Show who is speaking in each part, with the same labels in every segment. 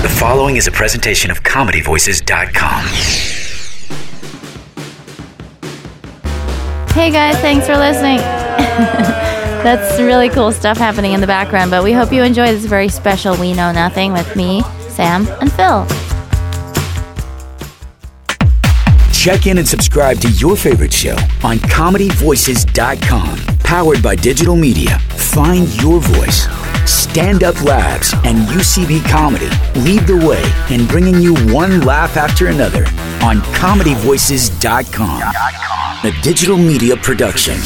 Speaker 1: The following is a presentation of ComedyVoices.com.
Speaker 2: Hey guys, thanks for listening. That's really cool stuff happening in the background, but we hope you enjoy this very special We Know Nothing with me, Sam, and Phil.
Speaker 1: Check in and subscribe to your favorite show on ComedyVoices.com. Powered by digital media, find your voice. Stand Up Labs and UCB Comedy lead the way in bringing you one laugh after another on ComedyVoices.com. A digital media production.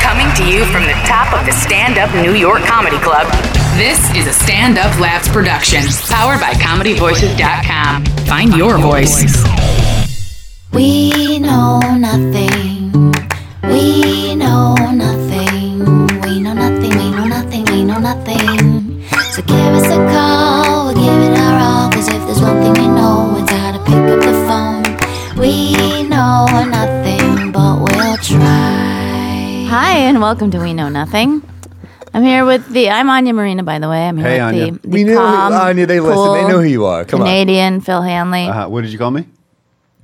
Speaker 3: Coming to you from the top of the Stand Up New York Comedy Club, this is a Stand Up Labs production powered by ComedyVoices.com. Find your voice.
Speaker 2: We know nothing. We know nothing. We know nothing. We know nothing. We know nothing. So give us a call. We'll give it our all. Cause if there's one thing we know, it's how to pick up the phone. We know nothing, but we'll try. Hi, and welcome to We Know Nothing. I'm here with the. I'm Anya Marina, by the way. I'm here
Speaker 4: Hey,
Speaker 2: with
Speaker 4: Anya.
Speaker 2: the. the
Speaker 4: we knew
Speaker 2: calm,
Speaker 4: Anya. They listen. They
Speaker 2: cool
Speaker 4: know who you are. Come
Speaker 2: Canadian Phil Hanley.
Speaker 4: on. Uh-huh. What did you call me?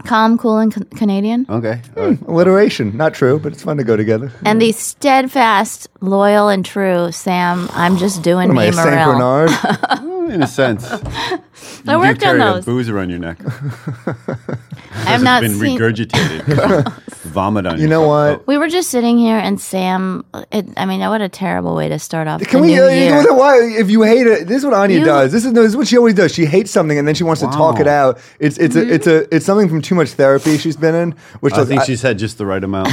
Speaker 2: Calm, cool, and Can- Canadian.
Speaker 4: Okay. Uh, alliteration. Not true, but it's fun to go together.
Speaker 2: And the steadfast, loyal, and true Sam. I'm just doing
Speaker 4: Am I
Speaker 2: me,
Speaker 4: a Saint
Speaker 2: Morel.
Speaker 4: Bernard?
Speaker 5: In a sense,
Speaker 2: I
Speaker 5: you do
Speaker 2: worked on
Speaker 5: carry a
Speaker 2: those.
Speaker 5: booze around your neck.
Speaker 2: I've
Speaker 5: It's
Speaker 2: not
Speaker 5: been
Speaker 2: seen.
Speaker 5: regurgitated. Vomit on
Speaker 4: You know what?
Speaker 2: We were just sitting here, and Sam. It, I mean, what a terrible way to start off.
Speaker 4: Can
Speaker 2: the
Speaker 4: we?
Speaker 2: New
Speaker 4: Uh, you
Speaker 2: year.
Speaker 4: know why? If you hate it, this is what Anya
Speaker 2: You-
Speaker 4: does. This is no. This is what she always does. She hates something and then she wants to talk
Speaker 5: Wow.
Speaker 4: it out. It's it's a, it's a it's something from too much therapy she's been in. Which
Speaker 5: Oh, I
Speaker 4: does-
Speaker 5: think she's had just the right amount.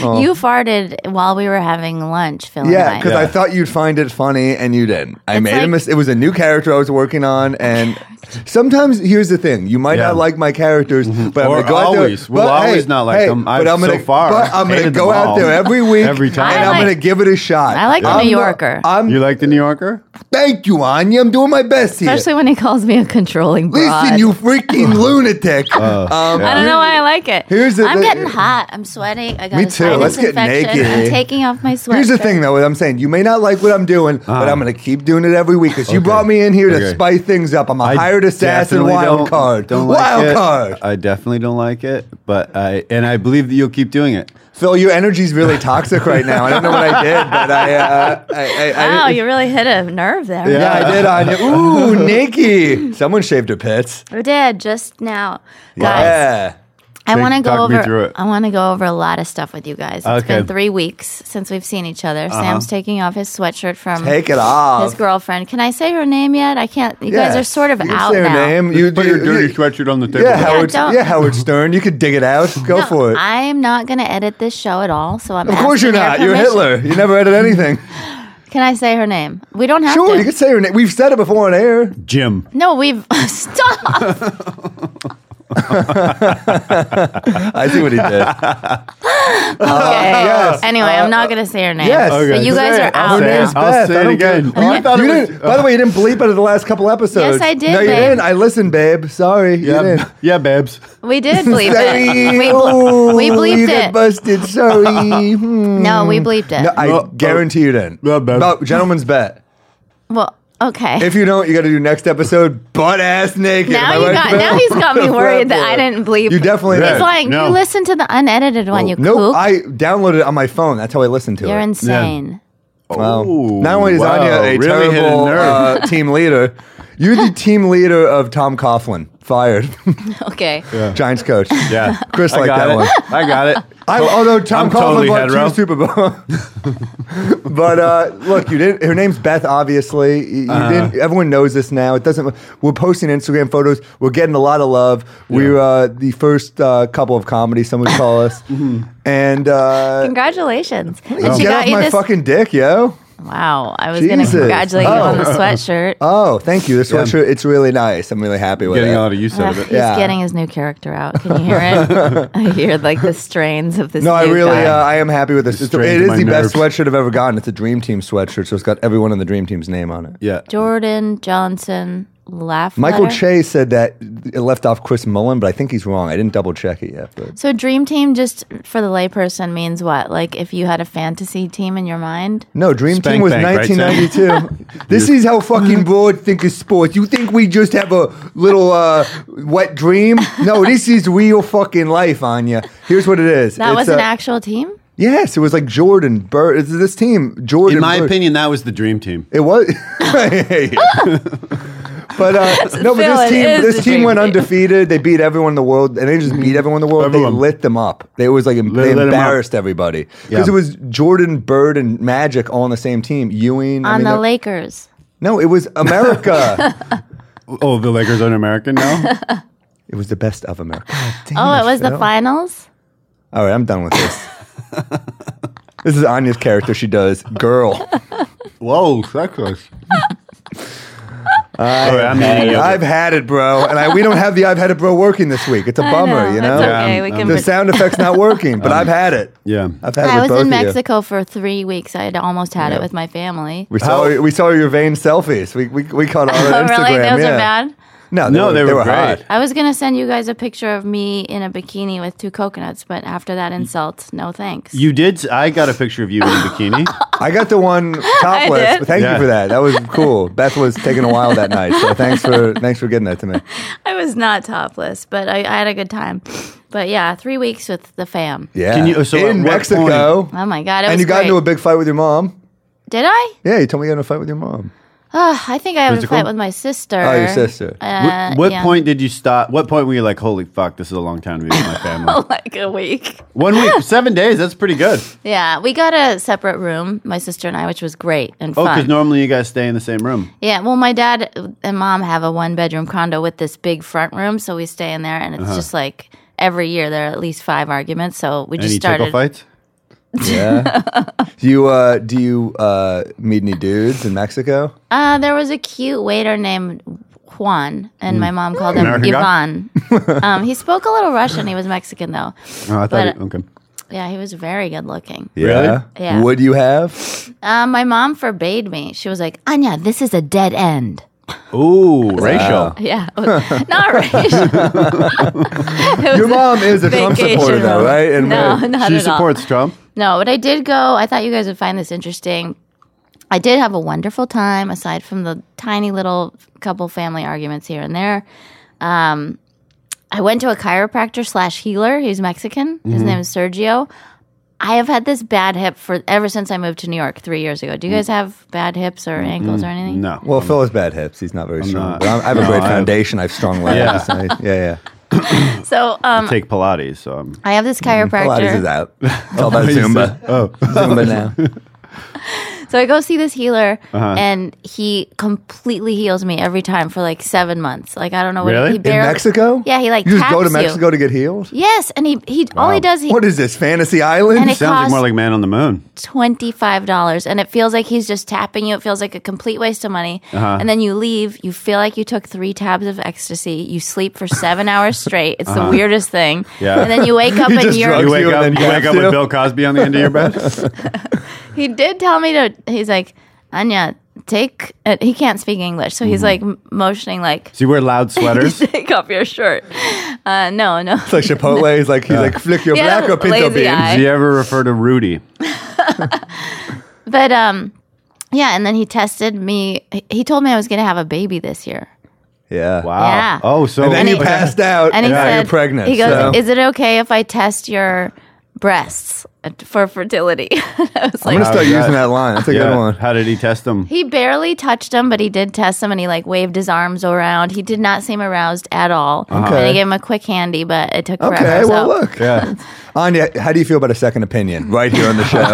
Speaker 2: You farted while we were having lunch, Phil.
Speaker 4: Yeah,
Speaker 2: and I.
Speaker 4: because I
Speaker 5: Yeah.
Speaker 4: thought you'd find it funny and you didn't. I
Speaker 2: It's
Speaker 4: made a
Speaker 2: like-
Speaker 4: mis- It was a new character I was working on, and sometimes here's the thing: you might
Speaker 5: Yeah. Mm-hmm.
Speaker 4: not like my characters, but I'm
Speaker 5: Or
Speaker 4: gonna go out
Speaker 5: always.
Speaker 4: there.
Speaker 5: We'll
Speaker 4: but,
Speaker 5: always
Speaker 4: hey,
Speaker 5: not like
Speaker 4: hey,
Speaker 5: them. I've
Speaker 4: but I'm
Speaker 5: so
Speaker 4: gonna,
Speaker 5: far
Speaker 4: but I'm gonna
Speaker 5: hated
Speaker 4: go
Speaker 5: them
Speaker 4: out
Speaker 5: all.
Speaker 4: there every week,
Speaker 5: Every time.
Speaker 4: and
Speaker 2: I
Speaker 4: I'm
Speaker 2: like-
Speaker 4: gonna give it a shot.
Speaker 2: I like the
Speaker 4: I'm
Speaker 2: New
Speaker 4: not-
Speaker 2: Yorker.
Speaker 4: I'm.
Speaker 5: You like the New Yorker?
Speaker 4: Thank you, Anya. I'm doing my best here.
Speaker 2: Especially when he calls me a controlling broad.
Speaker 4: Listen, you freaking lunatic.
Speaker 5: Uh,
Speaker 4: um,
Speaker 2: I don't know why I like it.
Speaker 4: Here's the
Speaker 2: I'm
Speaker 4: thing-
Speaker 2: getting hot. I'm sweating. I got
Speaker 4: Me
Speaker 2: a
Speaker 4: too.
Speaker 2: sinus
Speaker 4: Let's get
Speaker 2: infection. I'm
Speaker 4: naked.
Speaker 2: taking off my sweater.
Speaker 4: Here's the thing, though. what I'm saying you may not like what I'm doing, but I'm going to keep doing it every week because you
Speaker 5: Ah. Okay.
Speaker 4: brought me in here to
Speaker 5: Okay.
Speaker 4: spice things up. I'm a
Speaker 5: I
Speaker 4: hired assassin,
Speaker 5: definitely
Speaker 4: wild
Speaker 5: don't-
Speaker 4: card,
Speaker 5: Don't like
Speaker 4: wild
Speaker 5: it.
Speaker 4: card.
Speaker 5: I definitely don't like it, but I and I believe that you'll keep doing it.
Speaker 4: Phil, your energy's really toxic right now. I don't know what I did, but I, uh, I, I, I
Speaker 2: Wow, you really hit a nerve there.
Speaker 4: yeah, I did on you. Ooh, Nikki, someone shaved her pits.
Speaker 2: I did just now, guys.
Speaker 4: Yeah,
Speaker 2: I
Speaker 5: Take-
Speaker 2: want to go
Speaker 5: talk me through
Speaker 2: over.
Speaker 5: it.
Speaker 2: I want to go over a lot of stuff with you guys. It's been
Speaker 5: Okay.
Speaker 2: three weeks since we've seen each other.
Speaker 4: Uh-huh.
Speaker 2: Sam's taking off his sweatshirt from
Speaker 4: take it
Speaker 2: his
Speaker 4: off.
Speaker 2: girlfriend. Can I say her name yet? I can't. You guys
Speaker 4: Yeah.
Speaker 2: are sort of
Speaker 4: You can
Speaker 2: out
Speaker 4: say her
Speaker 2: now.
Speaker 4: name. You,
Speaker 5: Put
Speaker 4: you-
Speaker 5: your dirty
Speaker 4: you-
Speaker 5: sweatshirt on the table.
Speaker 4: Yeah, Howard.
Speaker 2: don't.
Speaker 4: Yeah, Howard Stern. You could dig it out. Go
Speaker 2: No,
Speaker 4: for it.
Speaker 2: I'm not going to edit this show at all. So I'm.
Speaker 4: of course you're
Speaker 2: asking your
Speaker 4: not. You're
Speaker 2: permission.
Speaker 4: Hitler. You never edit anything.
Speaker 2: Can I say her name? We don't have
Speaker 4: Sure,
Speaker 2: to.
Speaker 4: you could say her name. We've said it before on air.
Speaker 5: Jim.
Speaker 2: no, we've stop.
Speaker 4: I see what he did.
Speaker 2: Okay.
Speaker 4: Uh, yes. Uh,
Speaker 2: Anyway, I'm not going to say her name.
Speaker 4: yes.
Speaker 2: But
Speaker 5: Okay.
Speaker 2: you guys
Speaker 4: Say
Speaker 2: are
Speaker 4: it.
Speaker 2: out
Speaker 5: I'll say
Speaker 2: now.
Speaker 5: it. I'll
Speaker 4: Beth,
Speaker 5: say
Speaker 4: I
Speaker 5: it
Speaker 4: don't care.
Speaker 5: again.
Speaker 4: You-
Speaker 5: I thought
Speaker 4: you
Speaker 5: it was- uh,
Speaker 4: didn't- by the way, you didn't bleep out of the last couple episodes.
Speaker 2: Yes, I did,
Speaker 4: No, you
Speaker 2: babe.
Speaker 4: didn't. I listened, babe. Sorry, you
Speaker 5: Yeah,
Speaker 4: didn't.
Speaker 5: yeah, babes.
Speaker 2: We did bleep it. We, ble- we
Speaker 4: Sorry. Ooh, you
Speaker 2: bleeped
Speaker 4: got
Speaker 2: it.
Speaker 4: busted. Sorry. Hmm.
Speaker 2: No, we bleeped it.
Speaker 4: No, I
Speaker 5: No,
Speaker 4: guarantee you didn't.
Speaker 5: no, Uh, babe.
Speaker 4: But gentleman's bet.
Speaker 2: well, okay.
Speaker 4: If you don't, you got to do next episode butt ass naked.
Speaker 2: Now
Speaker 4: Am I
Speaker 2: you
Speaker 4: right,
Speaker 2: got.
Speaker 4: Phil?
Speaker 2: Now he's got me
Speaker 4: Right,
Speaker 2: worried that
Speaker 4: Phil?
Speaker 2: I didn't bleep.
Speaker 4: You definitely
Speaker 5: Yeah.
Speaker 2: He's
Speaker 4: did.
Speaker 2: like,
Speaker 5: No.
Speaker 2: you listen to the unedited one. You
Speaker 4: Nope,
Speaker 2: kook.
Speaker 4: I downloaded it on my phone. That's how I listened to
Speaker 2: You're
Speaker 4: it.
Speaker 2: insane.
Speaker 4: Wow.
Speaker 5: Ooh,
Speaker 4: Not only is
Speaker 5: wow,
Speaker 4: Anya a
Speaker 5: really hit a
Speaker 4: terrible
Speaker 5: nerve.
Speaker 4: uh, team leader, you're the team leader of Tom Coughlin, fired,
Speaker 2: Okay.
Speaker 4: Giants coach.
Speaker 5: Yeah,
Speaker 4: Chris
Speaker 5: I
Speaker 4: liked
Speaker 5: got
Speaker 4: that
Speaker 5: it.
Speaker 4: one.
Speaker 5: I got it.
Speaker 4: I, although Tom
Speaker 5: I'm
Speaker 4: Coughlin
Speaker 5: totally
Speaker 4: won
Speaker 5: hetero.
Speaker 4: two Super Bowl, but uh, look, you didn't. Her name's Beth. Obviously, you, you
Speaker 5: Uh-huh.
Speaker 4: didn't. Everyone knows this now. It doesn't. We're posting Instagram photos. We're getting a lot of love. We're uh, the first uh, couple of comedy. Some would call us.
Speaker 5: Mm-hmm.
Speaker 4: and uh,
Speaker 2: Congratulations. And she
Speaker 4: get
Speaker 2: got
Speaker 4: off
Speaker 2: you
Speaker 4: my
Speaker 2: this.
Speaker 4: fucking dick, yo.
Speaker 2: Wow. I was going to
Speaker 4: Jesus.
Speaker 2: congratulate you
Speaker 4: Oh.
Speaker 2: on the sweatshirt.
Speaker 4: Oh, thank you. This one's re- it's really nice. I'm really happy with
Speaker 5: Getting
Speaker 4: it.
Speaker 5: a lot of use
Speaker 2: Ugh,
Speaker 5: out of
Speaker 2: he's
Speaker 5: it.
Speaker 4: uh, Yeah.
Speaker 2: getting his new character out. Can you hear it? I hear like the strains of this.
Speaker 4: no, I
Speaker 2: new
Speaker 4: really,
Speaker 2: guy.
Speaker 4: uh, I am happy with this. It's,
Speaker 5: Just
Speaker 4: it
Speaker 5: strained
Speaker 4: is
Speaker 5: my
Speaker 4: the best
Speaker 5: nerves.
Speaker 4: sweatshirt I've ever gotten. It's a Dream Team sweatshirt, so it's got everyone on the Dream Team's name on it.
Speaker 5: Yeah.
Speaker 2: Jordan Johnson laugh.
Speaker 4: Michael
Speaker 2: letter.
Speaker 4: Che said that it left off Chris Mullen, but I think he's wrong. I didn't double check it yet. But
Speaker 2: So dream team, just for the layperson, means what? Like if you had a fantasy team in your mind.
Speaker 4: no, Dream
Speaker 5: Spank
Speaker 4: Team was
Speaker 5: bank, right, Sam?
Speaker 4: 1992. this is how fucking broad think of sports. You think we just have a little uh, wet dream? No, this is real fucking life, Anya. Here's what it is.
Speaker 2: That
Speaker 4: It's
Speaker 2: was
Speaker 4: a-
Speaker 2: an actual team.
Speaker 4: Yes, it was like Jordan Bird. it's This team, Jordan.
Speaker 5: In my
Speaker 4: Bird.
Speaker 5: opinion, that was the dream team.
Speaker 4: It was, Hey. but uh, no. But
Speaker 2: Phil,
Speaker 4: this
Speaker 2: it
Speaker 4: team,
Speaker 2: is
Speaker 4: this
Speaker 2: the
Speaker 4: team
Speaker 2: dream
Speaker 4: went
Speaker 2: team.
Speaker 4: undefeated. They beat everyone in the world, and they just beat everyone in the world.
Speaker 5: Everyone.
Speaker 4: They lit them up. They was like em-
Speaker 5: Lit-
Speaker 4: they
Speaker 5: lit 'em up.
Speaker 4: embarrassed everybody because
Speaker 5: Yeah.
Speaker 4: it was Jordan Bird and Magic all on the same team. Ewing I
Speaker 2: On
Speaker 4: mean,
Speaker 2: the
Speaker 4: that-
Speaker 2: Lakers.
Speaker 4: No, it was America.
Speaker 5: Oh, the Lakers aren't American now?
Speaker 4: it was the best of America.
Speaker 2: Oh, it was the
Speaker 4: Phil.
Speaker 2: finals.
Speaker 4: All right, I'm done with this. this is Anya's character. She does girl.
Speaker 5: Whoa, sexist. All right, I'm eating yogurt.
Speaker 4: I've had it, bro, and I, we don't have the I've had it, bro, working this week. It's a bummer, you know.
Speaker 2: It's
Speaker 5: Yeah,
Speaker 2: okay.
Speaker 5: I'm-
Speaker 2: we
Speaker 5: I'm
Speaker 2: can.
Speaker 4: The
Speaker 2: put-
Speaker 4: sound effect's not working, but I've had it.
Speaker 5: Yeah.
Speaker 4: I've had
Speaker 2: Um,
Speaker 4: it
Speaker 2: I
Speaker 4: with
Speaker 2: was
Speaker 4: both
Speaker 2: in
Speaker 4: of you.
Speaker 2: Mexico for three weeks. I had almost had it with my family.
Speaker 4: We saw we saw your vain selfies. We we, we caught all on
Speaker 2: Oh,
Speaker 4: Instagram.
Speaker 2: really? Those
Speaker 4: yeah.
Speaker 2: are bad.
Speaker 4: No,
Speaker 5: No, they were
Speaker 4: hot.
Speaker 5: great.
Speaker 2: I was gonna send you guys a picture of me in a bikini with two coconuts, but after that insult, no thanks.
Speaker 5: You did. I got a picture of you in a bikini.
Speaker 4: I got the one topless.
Speaker 2: did.
Speaker 4: But thank
Speaker 5: Yeah.
Speaker 4: you for that. That was cool. Beth was taking a while that night, so thanks for thanks for getting that to me.
Speaker 2: I was not topless, but I, I had a good time. But yeah, three weeks with the fam.
Speaker 4: Yeah.
Speaker 5: Can you- so at
Speaker 4: in
Speaker 5: what
Speaker 4: Mexico,
Speaker 2: Oh my god, it
Speaker 4: and
Speaker 2: was
Speaker 4: you got
Speaker 2: great.
Speaker 4: into a big fight with your mom.
Speaker 2: Did I?
Speaker 4: Yeah, you told me you had a fight with your mom.
Speaker 2: Ugh, I think I had
Speaker 5: Was
Speaker 2: a
Speaker 5: it cool?
Speaker 2: fight with my sister.
Speaker 4: Oh, your sister.
Speaker 2: Uh,
Speaker 5: what
Speaker 2: yeah.
Speaker 5: point did you stop? What point were you like, holy fuck, this is a long time to be with my family?
Speaker 2: like a week.
Speaker 5: One week, seven days, that's pretty good.
Speaker 2: Yeah, we got a separate room, my sister and I, which was great and
Speaker 5: Oh,
Speaker 2: fun.
Speaker 5: because normally you guys stay in the same room.
Speaker 2: Yeah, well, my dad and mom have a one bedroom condo with this big front room, so we stay in there, and
Speaker 4: Uh-huh.
Speaker 2: it's just like every year there are at least five arguments. So we just
Speaker 5: Any tickle
Speaker 2: started.
Speaker 5: fights?
Speaker 4: Yeah. do you uh, do you uh, meet any dudes in Mexico?
Speaker 2: Uh, there was a cute waiter named Juan, and my mom called him
Speaker 5: American guy?
Speaker 2: Ivan. um, he spoke a little Russian. He was Mexican though.
Speaker 5: Oh, I thought,
Speaker 2: But-
Speaker 5: you, okay.
Speaker 2: Yeah, he was very good looking.
Speaker 5: Really?
Speaker 2: Yeah.
Speaker 4: Would you have?
Speaker 2: Um, my mom forbade me. She was like, "Anya, this is a dead end."
Speaker 5: Ooh, racial.
Speaker 2: Yeah, it was- not racial. It
Speaker 4: Your
Speaker 2: was-
Speaker 4: mom is a Trump
Speaker 2: vacation
Speaker 4: supporter, though,
Speaker 2: room.
Speaker 4: right? And
Speaker 2: No,
Speaker 4: right-
Speaker 2: not
Speaker 5: she
Speaker 2: at all.
Speaker 5: supports Trump.
Speaker 2: No, but I did go. I thought you guys would find this interesting. I did have a wonderful time, aside from the tiny little couple family arguments here and there. Um, I went to a chiropractor slash healer. He's Mexican. His name is Sergio. I have had this bad hip for ever since I moved to New York three years ago. Do you guys have bad hips or ankles or anything?
Speaker 5: No.
Speaker 4: Well, Phil has bad hips. He's not very strong.
Speaker 5: not-
Speaker 4: But I'm- I have a
Speaker 5: No,
Speaker 4: great
Speaker 5: I have-
Speaker 4: foundation. I have strong legs.
Speaker 5: Yeah.
Speaker 4: I- yeah, yeah.
Speaker 2: So um,
Speaker 5: Take Pilates. So I'm,
Speaker 2: I have this
Speaker 4: Pilates is
Speaker 2: chiropractor.
Speaker 4: out. It's all about
Speaker 5: You
Speaker 4: Zumba.
Speaker 5: said- oh,
Speaker 4: Zumba now.
Speaker 2: So I go see this healer, and he completely heals me every time for like seven months. Like I don't know what
Speaker 5: Really?
Speaker 2: he
Speaker 5: In
Speaker 4: In
Speaker 2: barely-
Speaker 4: Mexico?
Speaker 2: Yeah, he, like,
Speaker 4: You just go to
Speaker 2: taps you.
Speaker 4: Mexico to get healed?
Speaker 2: Yes, and he he all he does he
Speaker 4: What is this, Fantasy Island?
Speaker 2: And it-
Speaker 5: sounds like
Speaker 2: cost-
Speaker 5: more like Man on the Moon.
Speaker 2: twenty five dollars, and it feels like he's just tapping you. It feels like a complete waste of money.
Speaker 4: Uh-huh.
Speaker 2: And then you leave, you feel like you took three tabs of ecstasy. You sleep for seven hours straight. It's the weirdest thing.
Speaker 5: Yeah.
Speaker 2: And then you wake up
Speaker 4: Uh-huh. He
Speaker 2: and
Speaker 4: just
Speaker 2: you're
Speaker 4: drugs
Speaker 5: You wake
Speaker 4: you and
Speaker 5: up,
Speaker 4: then
Speaker 5: you wake
Speaker 4: taps
Speaker 5: up
Speaker 4: you.
Speaker 5: with Bill Cosby on the end of your bed.
Speaker 2: he did tell me to. He's like Anya, take. Uh, he can't speak English, so
Speaker 4: Mm-hmm.
Speaker 2: he's like m- motioning like.
Speaker 5: So you wear loud sweaters.
Speaker 2: Take off your shirt. Uh, no, no.
Speaker 4: It's like Chipotle. He's like, he's like, flick your
Speaker 2: Yeah,
Speaker 4: black or pinto
Speaker 2: lazy
Speaker 4: beans.
Speaker 2: eye.
Speaker 5: Do you ever refer to Rudy?
Speaker 2: But um, yeah. And then he tested me. he- He told me I was going to have a baby this year.
Speaker 4: Yeah.
Speaker 5: Wow.
Speaker 2: Yeah.
Speaker 5: Oh, so
Speaker 4: And then
Speaker 2: And
Speaker 4: you
Speaker 2: he-
Speaker 4: passed out.
Speaker 2: And he
Speaker 4: now
Speaker 2: said,
Speaker 4: you're pregnant.
Speaker 2: He goes,
Speaker 4: so.
Speaker 2: "Is it okay if I test your breasts for fertility?" I was
Speaker 4: I'm going
Speaker 2: like,
Speaker 4: to start
Speaker 5: How's that?
Speaker 4: using that line. That's a
Speaker 5: Oh, Yeah.
Speaker 4: good one.
Speaker 5: How did he test them?
Speaker 2: he barely touched him, but he did test him, and he like waved his arms around. He did not seem aroused at all. And
Speaker 4: Uh-huh. Okay.
Speaker 2: he gave him a quick handy, but it took forever.
Speaker 4: Okay, well,
Speaker 2: so-
Speaker 4: look.
Speaker 5: Yeah.
Speaker 4: Anya, how do you feel about a second opinion right here on the show?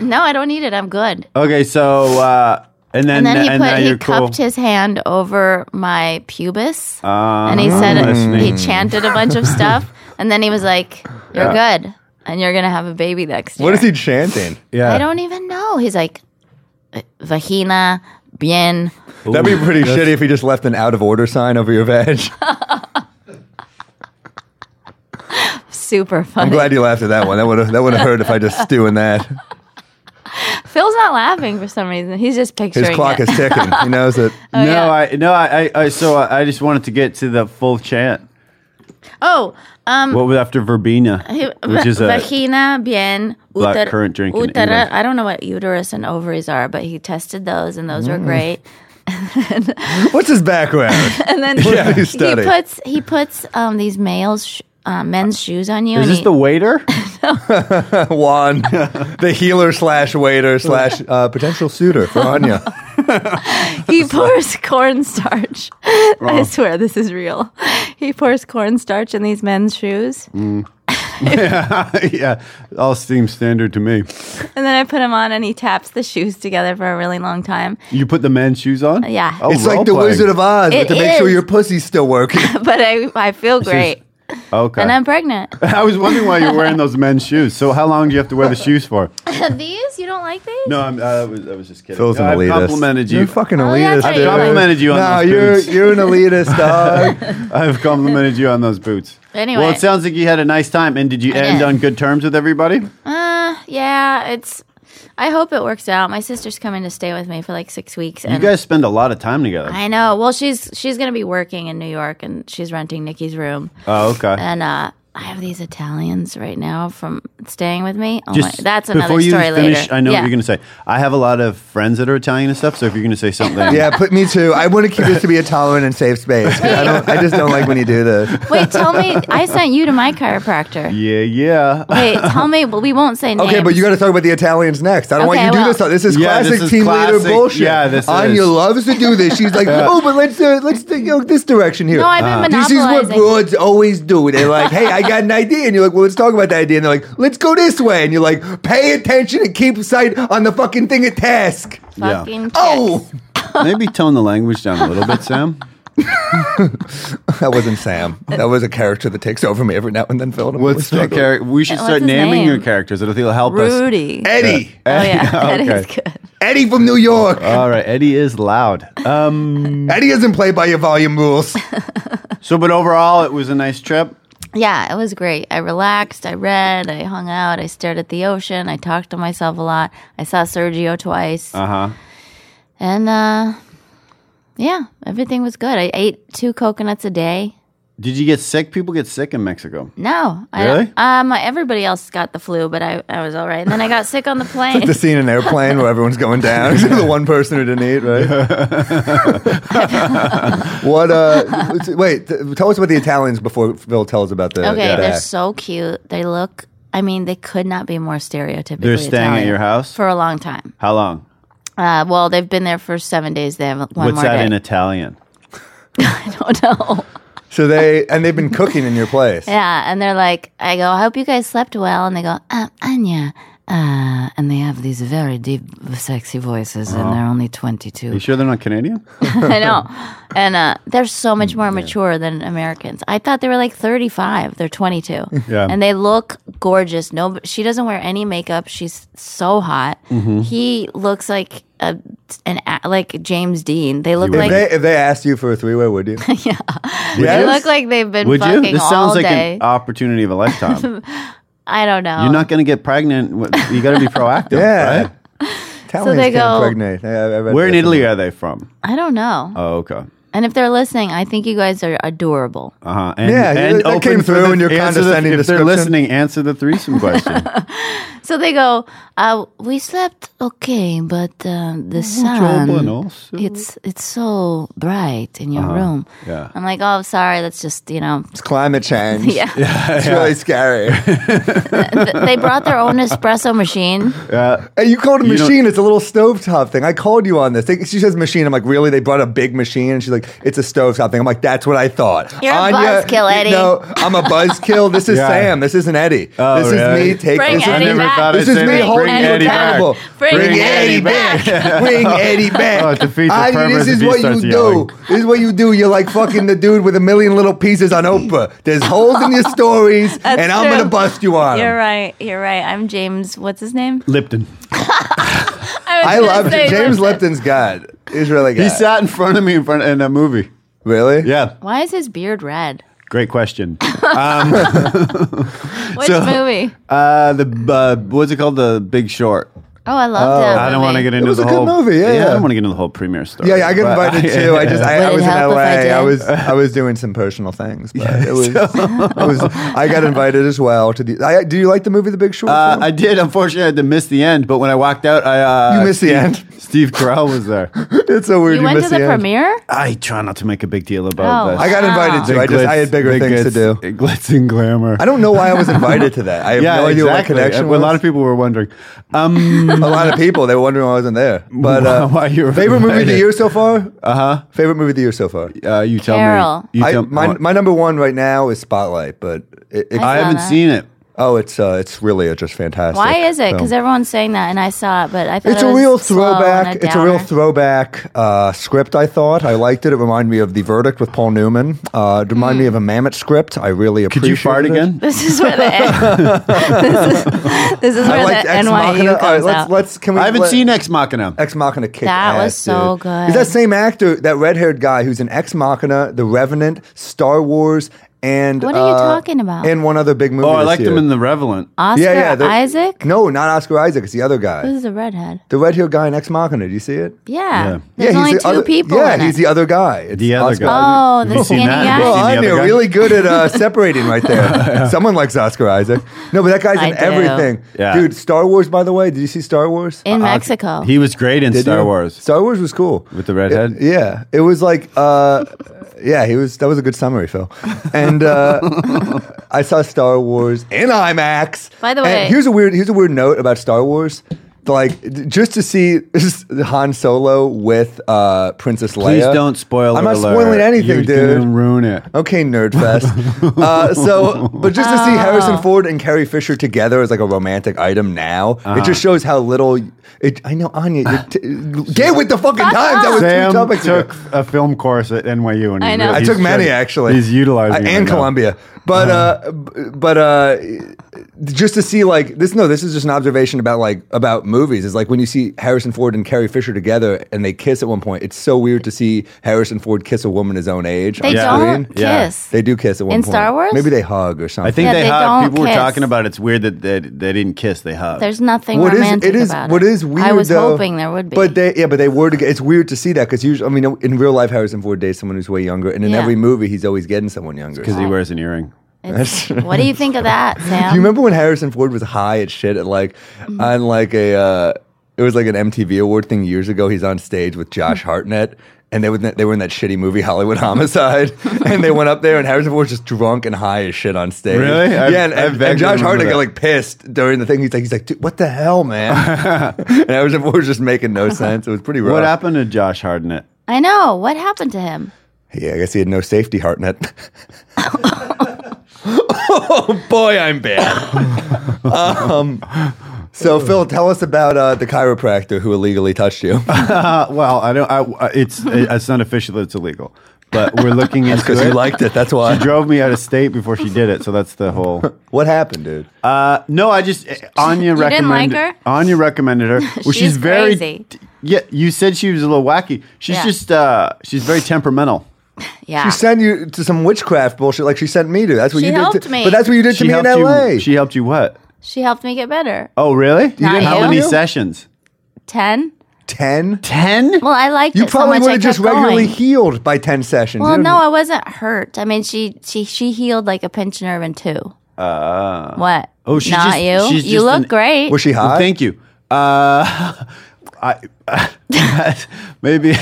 Speaker 2: No, I don't need it. I'm good.
Speaker 5: Okay, so uh, and then
Speaker 2: And then he
Speaker 5: and now
Speaker 2: put he
Speaker 5: you're cool.
Speaker 2: cupped his hand over my pubis,
Speaker 4: Ah,
Speaker 2: and he said he chanted a bunch of stuff, and then he was like, "You're good, and you're gonna have a baby next year."
Speaker 4: what is he chanting?
Speaker 5: yeah.
Speaker 2: I don't even know. He's like, uh, vagina, bien.
Speaker 4: That'd be pretty shitty if he just left an out of order sign over your veg.
Speaker 2: Super
Speaker 4: I'm
Speaker 2: funny.
Speaker 4: glad you laughed at that one. That would have that would have hurt if I just stew in that.
Speaker 2: Phil's not laughing for some reason. He's just picturing
Speaker 4: His clock
Speaker 2: it.
Speaker 4: is ticking. He knows it.
Speaker 2: Oh,
Speaker 5: no,
Speaker 2: yeah.
Speaker 5: I no, I, I, I so I, I just wanted to get to the full chant.
Speaker 2: oh, um,
Speaker 5: What was after verbena, which is a
Speaker 2: vagina bien
Speaker 5: black
Speaker 2: uter-
Speaker 5: currant drink in
Speaker 2: utera-
Speaker 5: England.
Speaker 2: I don't know what uterus and ovaries are, but he tested those, and those were
Speaker 4: Mm.
Speaker 2: great.
Speaker 4: What's his background?
Speaker 2: And then
Speaker 4: Yeah.
Speaker 2: he,
Speaker 4: He studied.
Speaker 2: puts he puts um, these males sh- uh, men's shoes on you.
Speaker 5: Is
Speaker 2: and
Speaker 5: this
Speaker 2: he-
Speaker 5: the waiter?
Speaker 4: Juan, the healer slash waiter slash uh, potential suitor for Anya.
Speaker 2: He pours cornstarch. I swear this is real. He pours cornstarch in these men's shoes,
Speaker 5: yeah, all seems standard to me.
Speaker 2: and then I put him on, and he taps the shoes together for a really long time.
Speaker 5: You put the men's shoes on?
Speaker 2: Yeah.
Speaker 5: Oh,
Speaker 4: it's like the
Speaker 5: role-playing.
Speaker 4: Wizard of Oz,
Speaker 2: It
Speaker 4: but to make sure
Speaker 2: is.
Speaker 4: your pussy's still working.
Speaker 2: But I I feel great,
Speaker 5: Okay.
Speaker 2: and I'm pregnant.
Speaker 5: I was wondering why you're wearing those men's shoes. So how long do you have to wear the shoes for?
Speaker 2: these you don't like these?
Speaker 5: No, I'm, uh, I, was, I was just kidding.
Speaker 4: Phil's
Speaker 5: No,
Speaker 4: an
Speaker 5: I've
Speaker 4: elitist.
Speaker 5: complimented you.
Speaker 4: You're fucking
Speaker 2: Oh, that's
Speaker 4: elitist.
Speaker 2: right.
Speaker 5: I've complimented you on
Speaker 4: no,
Speaker 5: those
Speaker 4: you're
Speaker 5: boots.
Speaker 4: you're an elitist, dog.
Speaker 5: I've complimented you on those boots.
Speaker 2: Anyway.
Speaker 5: Well, it sounds like you had a nice time. And did you
Speaker 2: I
Speaker 5: end
Speaker 2: did.
Speaker 5: on good terms with everybody?
Speaker 2: Uh, yeah, it's. I hope it works out. My sister's coming to stay with me for like six weeks.
Speaker 5: You
Speaker 2: And
Speaker 5: guys spend a lot of time together.
Speaker 2: I know. Well, she's she's gonna be working in New York, and she's renting Nikki's room.
Speaker 5: oh, okay.
Speaker 2: And uh, I have these Italians right now from staying with me. Oh
Speaker 5: Just
Speaker 2: my, that's
Speaker 5: before
Speaker 2: another
Speaker 5: you
Speaker 2: story
Speaker 5: finish,
Speaker 2: later.
Speaker 5: I know
Speaker 2: Yeah.
Speaker 5: what you're going to say. I have a lot of friends that are Italian and stuff. So if you're going to say something,
Speaker 4: Yeah, put me too. I want to keep this to be a tolerant and safe space. 'cause I don't. I just don't like when you do this.
Speaker 2: Wait, tell me. I sent you to my chiropractor.
Speaker 5: yeah, yeah.
Speaker 2: Wait, tell me. Well, we won't say names.
Speaker 4: Okay, but you got to talk about the Italians next. I don't
Speaker 2: Okay,
Speaker 4: want you to
Speaker 2: well-
Speaker 4: do this. This is
Speaker 5: Yeah, this
Speaker 4: classic
Speaker 5: is
Speaker 4: team
Speaker 5: classic.
Speaker 4: leader bullshit.
Speaker 5: Yeah, this
Speaker 4: Anya
Speaker 5: is.
Speaker 4: loves to do this. She's like, oh, but let's do it. Let's do you know, this direction here. Uh,
Speaker 2: No, I've
Speaker 5: Uh-huh.
Speaker 2: been
Speaker 4: this is what
Speaker 2: monopolizing.
Speaker 4: broads always do. They're like, hey, I got an idea. And you're like, well, let's talk about the idea. And they're like, let's go this way. And you're like, pay attention and keep sight on the fucking thing at task.
Speaker 2: Fucking chicks.
Speaker 4: Oh,
Speaker 5: Maybe tone the language down a little bit, Sam.
Speaker 4: that wasn't Sam. That was a character that takes over me every now and then, Phil. and I
Speaker 5: What's the
Speaker 4: struggle.
Speaker 5: character? We should
Speaker 2: What's
Speaker 5: start
Speaker 2: his
Speaker 5: naming
Speaker 2: name?
Speaker 5: your characters. It'll, it'll help us.
Speaker 2: Rudy. Oh
Speaker 4: Eddie.
Speaker 2: yeah, that is
Speaker 5: Okay.
Speaker 2: good.
Speaker 4: Eddie from New York.
Speaker 5: All right, Eddie is loud.
Speaker 4: Uh,
Speaker 5: Um,
Speaker 4: Eddie isn't played by your volume rules.
Speaker 5: so, but overall, it was a nice trip.
Speaker 2: Yeah, it was great. I relaxed. I read. I hung out. I stared at the ocean. I talked to myself a lot. I saw Sergio twice.
Speaker 5: Uh huh.
Speaker 2: and uh, yeah, everything was good. I ate two coconuts a day.
Speaker 5: Did you get sick? People get sick in Mexico.
Speaker 2: No,
Speaker 5: Really?
Speaker 2: I, um, everybody else got the flu, but I, I was all right. And then I got sick on the plane.
Speaker 4: the scene in an airplane where everyone's going down except the one person who didn't eat, right? what? Uh, wait, t- tell us about the Italians before Phil tells about the.
Speaker 2: Okay,
Speaker 4: the
Speaker 2: they're
Speaker 4: back.
Speaker 2: so cute. They look. I mean, they could not be more stereotypically.
Speaker 5: They're staying at
Speaker 2: Italian
Speaker 5: your house?
Speaker 2: for a long time.
Speaker 5: How long?
Speaker 2: Uh, well, they've been there for seven days. They have one
Speaker 5: What's
Speaker 2: more
Speaker 5: that
Speaker 2: day. Oh,
Speaker 5: in Italian?
Speaker 2: I don't know.
Speaker 4: so they and they've been cooking in your place.
Speaker 2: Yeah, and they're like, I go, I hope you guys slept well, and they go, uh, Anya. Uh, and they have these very deep, sexy voices, and they're only
Speaker 5: Uh-huh.
Speaker 2: 22.
Speaker 5: You sure they're not Canadian?
Speaker 2: I know. And uh, they're so much
Speaker 5: Mm,
Speaker 2: more mature than Americans. I thought they were like 35. They're 22.
Speaker 5: Yeah.
Speaker 2: And they look gorgeous. No, she doesn't wear any makeup. She's so hot.
Speaker 5: Mm-hmm.
Speaker 2: He looks like a, an a- like James Dean. They look
Speaker 5: would.
Speaker 2: like
Speaker 4: If they if they asked you for a three way, would you? yeah.
Speaker 2: they look like they've been
Speaker 5: Would you?
Speaker 2: fucking
Speaker 5: This
Speaker 2: all
Speaker 5: sounds like
Speaker 2: day.
Speaker 5: an opportunity of a lifetime.
Speaker 2: I don't know.
Speaker 5: You're not going to get pregnant. What- You got to be proactive.
Speaker 4: yeah.
Speaker 5: Right?
Speaker 4: Italians
Speaker 2: they
Speaker 4: can't
Speaker 2: go-
Speaker 4: impregnate. I- I- I read
Speaker 5: Where in
Speaker 4: this.
Speaker 5: Italy are they from?
Speaker 2: I don't know.
Speaker 5: Oh, okay.
Speaker 2: And if they're listening, I think you guys are adorable.
Speaker 5: Uh huh. And,
Speaker 4: Yeah,
Speaker 5: and
Speaker 4: that came
Speaker 5: open for
Speaker 4: through
Speaker 5: the-
Speaker 4: in your
Speaker 5: answer the-
Speaker 4: condescending
Speaker 5: If they're
Speaker 4: description.
Speaker 5: listening, answer the threesome question.
Speaker 2: So they go, uh, we slept okay, but uh, the
Speaker 5: Oh,
Speaker 2: sun, it's it's so bright in your room.
Speaker 5: Uh-huh. yeah.
Speaker 2: I'm like, oh, sorry, that's just, you know.
Speaker 4: It's climate change.
Speaker 2: Yeah.
Speaker 4: It's really scary.
Speaker 2: Th- they brought their own espresso machine.
Speaker 4: Hey, you called it a
Speaker 5: You don't-
Speaker 4: machine. It's a little stovetop thing. I called you on this. They, she says machine. I'm like, really? They brought a big machine? And she's like, it's a stovetop thing. I'm like, that's what I thought.
Speaker 2: You're a buzzkill, Eddie.
Speaker 4: No, I'm a buzzkill. This is
Speaker 5: Yeah.
Speaker 4: Sam. This isn't Eddie.
Speaker 5: Oh,
Speaker 4: this
Speaker 5: really?
Speaker 4: is me taking.
Speaker 2: Bring
Speaker 4: this
Speaker 2: Eddie
Speaker 4: is
Speaker 2: back.
Speaker 4: This
Speaker 5: I'd
Speaker 4: is
Speaker 5: say
Speaker 4: me
Speaker 5: that.
Speaker 4: holding
Speaker 2: Bring
Speaker 4: you
Speaker 2: Eddie back.
Speaker 4: accountable.
Speaker 2: Bring Eddie
Speaker 4: back. Bring Eddie back.
Speaker 5: Oh, it defeats the
Speaker 4: Anya,
Speaker 5: purpose
Speaker 4: this is
Speaker 5: if he
Speaker 4: what you
Speaker 5: starts
Speaker 4: do.
Speaker 5: yelling.
Speaker 4: This is what you do. You're like fucking the dude with a million little pieces on Oprah. There's holes in your stories, and I'm
Speaker 2: true.
Speaker 4: gonna bust you on. 'em.
Speaker 2: You're right. You're right. I'm James. What's his name?
Speaker 5: Lipton.
Speaker 4: I love
Speaker 2: say
Speaker 4: James
Speaker 2: Lipton.
Speaker 4: Lipton's God. Israeli God.
Speaker 5: He sat in front of me in front in a movie.
Speaker 4: Really?
Speaker 5: Yeah,
Speaker 2: Why is his beard red?
Speaker 5: great question.
Speaker 2: Which
Speaker 5: So-
Speaker 2: movie?
Speaker 5: Uh, the uh, what's it called? The Big Short.
Speaker 2: Oh, I love that.
Speaker 5: I don't want to get into
Speaker 4: was
Speaker 5: the
Speaker 4: a good
Speaker 5: whole
Speaker 4: movie, yeah, yeah.
Speaker 5: I don't want to get into the whole premiere story.
Speaker 4: Yeah, yeah, I get
Speaker 5: but
Speaker 4: invited too. I just I,
Speaker 2: Would
Speaker 4: I
Speaker 2: it
Speaker 4: was in
Speaker 2: help if
Speaker 4: LA.
Speaker 2: I
Speaker 4: I,
Speaker 2: did?
Speaker 4: was I was doing some personal things, but it was, it was I got invited as well to the. I, do you like the movie The Big Short?
Speaker 5: Uh,
Speaker 4: Phil?
Speaker 5: I did. Unfortunately, I had to miss the end. But when I walked out, I uh,
Speaker 4: You missed the
Speaker 5: Steve-
Speaker 4: end?
Speaker 5: Steve Carell was there.
Speaker 4: it's so weird.
Speaker 2: you
Speaker 4: You,
Speaker 2: went
Speaker 4: missed
Speaker 2: to the,
Speaker 4: the, end.
Speaker 2: premiere?
Speaker 5: I try not to make a big deal about
Speaker 2: Oh.
Speaker 5: this.
Speaker 4: I got invited too.
Speaker 5: The
Speaker 4: I just I
Speaker 5: glitz-
Speaker 4: had bigger
Speaker 5: the
Speaker 4: things to do.
Speaker 5: glitz- Glitz and glamour.
Speaker 4: I don't know why I was invited to that. I have
Speaker 5: yeah,
Speaker 4: no idea what
Speaker 5: exactly.
Speaker 4: my connection
Speaker 5: Uh,
Speaker 4: was.
Speaker 5: A lot of people were wondering. Um,
Speaker 4: a lot of people they were wondering why I wasn't there. But uh,
Speaker 5: Why you were
Speaker 4: favorite movie of the
Speaker 5: invited. Uh-huh.
Speaker 4: year so far? Uh huh. Favorite movie of the year so far.
Speaker 5: uh, you tell
Speaker 2: Carol.
Speaker 5: me. You
Speaker 4: I,
Speaker 5: tell-
Speaker 4: my, my number one right now is Spotlight, but it, it,
Speaker 5: I
Speaker 2: saw
Speaker 5: haven't
Speaker 2: that.
Speaker 5: seen it.
Speaker 4: oh, it's uh, it's really a just fantastic.
Speaker 2: Why is it? Because
Speaker 4: film.
Speaker 2: everyone's saying that, and I saw it, but I thought
Speaker 4: It's
Speaker 2: it
Speaker 4: a
Speaker 2: was
Speaker 4: real
Speaker 2: slow and
Speaker 4: throwback. it's a
Speaker 2: downer.
Speaker 4: real throwback uh, script. I thought I liked it. It reminded me of The Verdict with Paul Newman. Uh, it reminded
Speaker 2: Hmm.
Speaker 4: me of a Mammoth script. I really
Speaker 5: Could
Speaker 4: appreciate.
Speaker 5: you fart again?
Speaker 2: This is where the this is, this is
Speaker 4: I
Speaker 2: where
Speaker 4: liked
Speaker 2: the
Speaker 4: Ex
Speaker 2: NYU
Speaker 4: Machina.
Speaker 2: comes
Speaker 4: All right, let's
Speaker 2: out.
Speaker 4: let's can we?
Speaker 5: I haven't
Speaker 4: let-
Speaker 5: seen Ex Machina.
Speaker 4: Ex Machina kicked
Speaker 2: That was
Speaker 4: ass,
Speaker 2: so
Speaker 4: dude.
Speaker 2: good.
Speaker 4: It's that same actor, that red haired guy who's in Ex Machina, The Revenant, Star Wars, and
Speaker 2: What are you
Speaker 4: uh,
Speaker 2: talking about?
Speaker 4: And one other big movie.
Speaker 5: oh, I
Speaker 4: this
Speaker 5: liked
Speaker 4: year.
Speaker 5: him in The Revenant.
Speaker 2: Oscar
Speaker 4: yeah, yeah, the-
Speaker 2: Isaac.
Speaker 4: No, not Oscar Isaac. It's the other guy,
Speaker 2: This is a redhead.
Speaker 4: the red haired guy in Ex Machina. Do you see it?
Speaker 2: Yeah,
Speaker 5: Yeah.
Speaker 2: there's
Speaker 4: he's
Speaker 2: only
Speaker 4: the
Speaker 2: two
Speaker 4: other-
Speaker 2: people.
Speaker 4: Yeah,
Speaker 2: in
Speaker 4: he's
Speaker 2: it.
Speaker 4: the other guy. It's
Speaker 5: The other
Speaker 4: Oscar
Speaker 5: guy.
Speaker 4: Isaac.
Speaker 2: oh,
Speaker 5: Have
Speaker 2: the
Speaker 5: you seen
Speaker 2: skinny
Speaker 5: that?
Speaker 2: guy.
Speaker 5: Have you
Speaker 4: Well,
Speaker 5: seen the
Speaker 4: Anya,
Speaker 5: other guy?
Speaker 4: really good at uh, separating right there. Someone likes Oscar Isaac. No, but that guy's
Speaker 2: I
Speaker 4: in
Speaker 2: do.
Speaker 4: everything.
Speaker 5: Yeah. Uh,
Speaker 4: Dude, Star Wars, by the way, did you see Star Wars?
Speaker 2: in Mexico.
Speaker 5: He was great in
Speaker 4: Did
Speaker 5: Star
Speaker 4: you?
Speaker 5: Wars.
Speaker 4: Star Wars was cool.
Speaker 5: With the redhead?
Speaker 4: It- yeah. It was like uh yeah, he was that was a good summary, Phil. And uh I saw Star Wars in IMAX.
Speaker 2: By the
Speaker 4: And
Speaker 2: way-
Speaker 4: here's a weird here's a weird note about Star Wars. Like d- just to see Han Solo with uh Princess
Speaker 5: Please
Speaker 4: Leia.
Speaker 5: don't spoil
Speaker 4: I'm not
Speaker 5: alert.
Speaker 4: spoiling anything,
Speaker 5: You're
Speaker 4: dude.
Speaker 5: gonna ruin it.
Speaker 4: Okay, Nerdfest. uh, so, but just to see Harrison Ford and Carrie Fisher together as like a romantic item now,
Speaker 5: Uh-huh.
Speaker 4: it just shows how little. It, I know, Anya, you're t- get with the fucking times. That was two
Speaker 5: Sam
Speaker 4: topics ago.
Speaker 5: took a film course at NYU, and he
Speaker 2: I know.
Speaker 5: really-
Speaker 4: I
Speaker 5: he's
Speaker 4: took many
Speaker 5: good.
Speaker 4: actually.
Speaker 5: He's utilizing
Speaker 4: Uh,
Speaker 5: it
Speaker 4: and
Speaker 5: now. Uh-huh.
Speaker 4: Columbia, but uh, b- but uh, just to see like this. No, this is just an observation about like about movies. Is like when you see Harrison Ford and Carrie Fisher together and they kiss at one point. It's so weird to see Harrison Ford kiss a woman his own age.
Speaker 2: they
Speaker 4: on
Speaker 5: Yeah.
Speaker 2: don't
Speaker 4: screen.
Speaker 5: Yeah.
Speaker 2: kiss.
Speaker 4: They do kiss at one
Speaker 2: In
Speaker 4: point.
Speaker 2: Star Wars?
Speaker 4: Maybe they hug or something.
Speaker 5: I think
Speaker 2: Yeah,
Speaker 5: they,
Speaker 2: they
Speaker 5: hug.
Speaker 2: don't
Speaker 5: People were
Speaker 2: kiss.
Speaker 5: talking about it's weird that they, they didn't kiss. They hugged.
Speaker 2: There's nothing
Speaker 4: What is-
Speaker 2: romantic
Speaker 4: it is
Speaker 2: about
Speaker 4: what
Speaker 2: it.
Speaker 4: is weird.
Speaker 2: I was
Speaker 4: though,
Speaker 2: hoping there would be.
Speaker 4: but they yeah, but they were. toge- It's weird to see that because usually, I mean, in real life, Harrison Ford dates someone who's way younger, and in
Speaker 2: Yeah.
Speaker 4: every movie, he's always getting someone younger.
Speaker 5: because
Speaker 4: Do
Speaker 5: he wears an earring.
Speaker 2: It's- what do you think of that, Sam?
Speaker 4: you remember when Harrison Ford was high at shit at like on like a uh, it was like an MTV award thing years ago. He's on stage with Josh Hartnett. And they, were in that- they were in that shitty movie Hollywood Homicide, and they went up there, and Harrison Ford was just drunk and high as shit on stage.
Speaker 5: Really? I-
Speaker 4: yeah, and,
Speaker 5: I
Speaker 4: and,
Speaker 5: vaguely
Speaker 4: and Josh
Speaker 5: remember
Speaker 4: Hartnett got
Speaker 5: that.
Speaker 4: like pissed during the thing. He's like, he's like, dude, what the hell, man? and Harrison Ford was just making no sense. It was pretty rough.
Speaker 5: What happened to Josh Hartnett?
Speaker 2: I know. What happened to him?
Speaker 4: Yeah, I guess he had no safety hartnett. oh boy, I'm bad. um, so Phil, tell us about uh, the chiropractor who illegally touched you
Speaker 5: Uh, well, I don't. I, uh, it's it's not official. It's illegal. But we're looking into
Speaker 4: because
Speaker 5: it.
Speaker 4: you liked it. That's why.
Speaker 5: she drove me out of state before she did it, so that's the whole.
Speaker 4: What happened, dude?
Speaker 5: Uh, no, I just Anya
Speaker 2: You didn't like
Speaker 5: recommended
Speaker 2: her?
Speaker 5: Anya recommended her. Well, she's,
Speaker 2: She's
Speaker 5: very.
Speaker 2: crazy.
Speaker 5: Yeah, you said she was a little wacky. She's
Speaker 2: Yeah.
Speaker 5: just uh, she's very temperamental.
Speaker 2: Yeah.
Speaker 4: she sent you to some witchcraft bullshit, like she sent me to. That's what
Speaker 2: She
Speaker 4: you did.
Speaker 2: helped
Speaker 4: To,
Speaker 2: me.
Speaker 4: But that's what you did
Speaker 5: she
Speaker 4: to me in
Speaker 5: helped
Speaker 4: L.A.
Speaker 5: you. She helped you what?
Speaker 2: She helped me get better.
Speaker 5: Oh, really?
Speaker 2: Not
Speaker 5: How
Speaker 2: you.
Speaker 5: many
Speaker 2: you?
Speaker 5: sessions?
Speaker 2: Ten.
Speaker 4: ten.
Speaker 5: Ten.
Speaker 2: Well, I liked
Speaker 4: You
Speaker 2: it so
Speaker 4: probably
Speaker 2: much.
Speaker 4: would
Speaker 2: I
Speaker 4: have just
Speaker 2: kept
Speaker 4: regularly
Speaker 2: going.
Speaker 4: healed by ten sessions. You
Speaker 2: Well,
Speaker 4: don't
Speaker 2: no,
Speaker 4: know.
Speaker 2: I wasn't hurt. I mean, she she she healed like a pinched nerve in two. Uh, what?
Speaker 5: Oh, she's
Speaker 2: not
Speaker 5: just-
Speaker 2: you.
Speaker 5: she's
Speaker 2: you
Speaker 5: just
Speaker 2: look
Speaker 5: an-
Speaker 2: great.
Speaker 4: Was she hot?
Speaker 5: Well, thank you. Uh, I maybe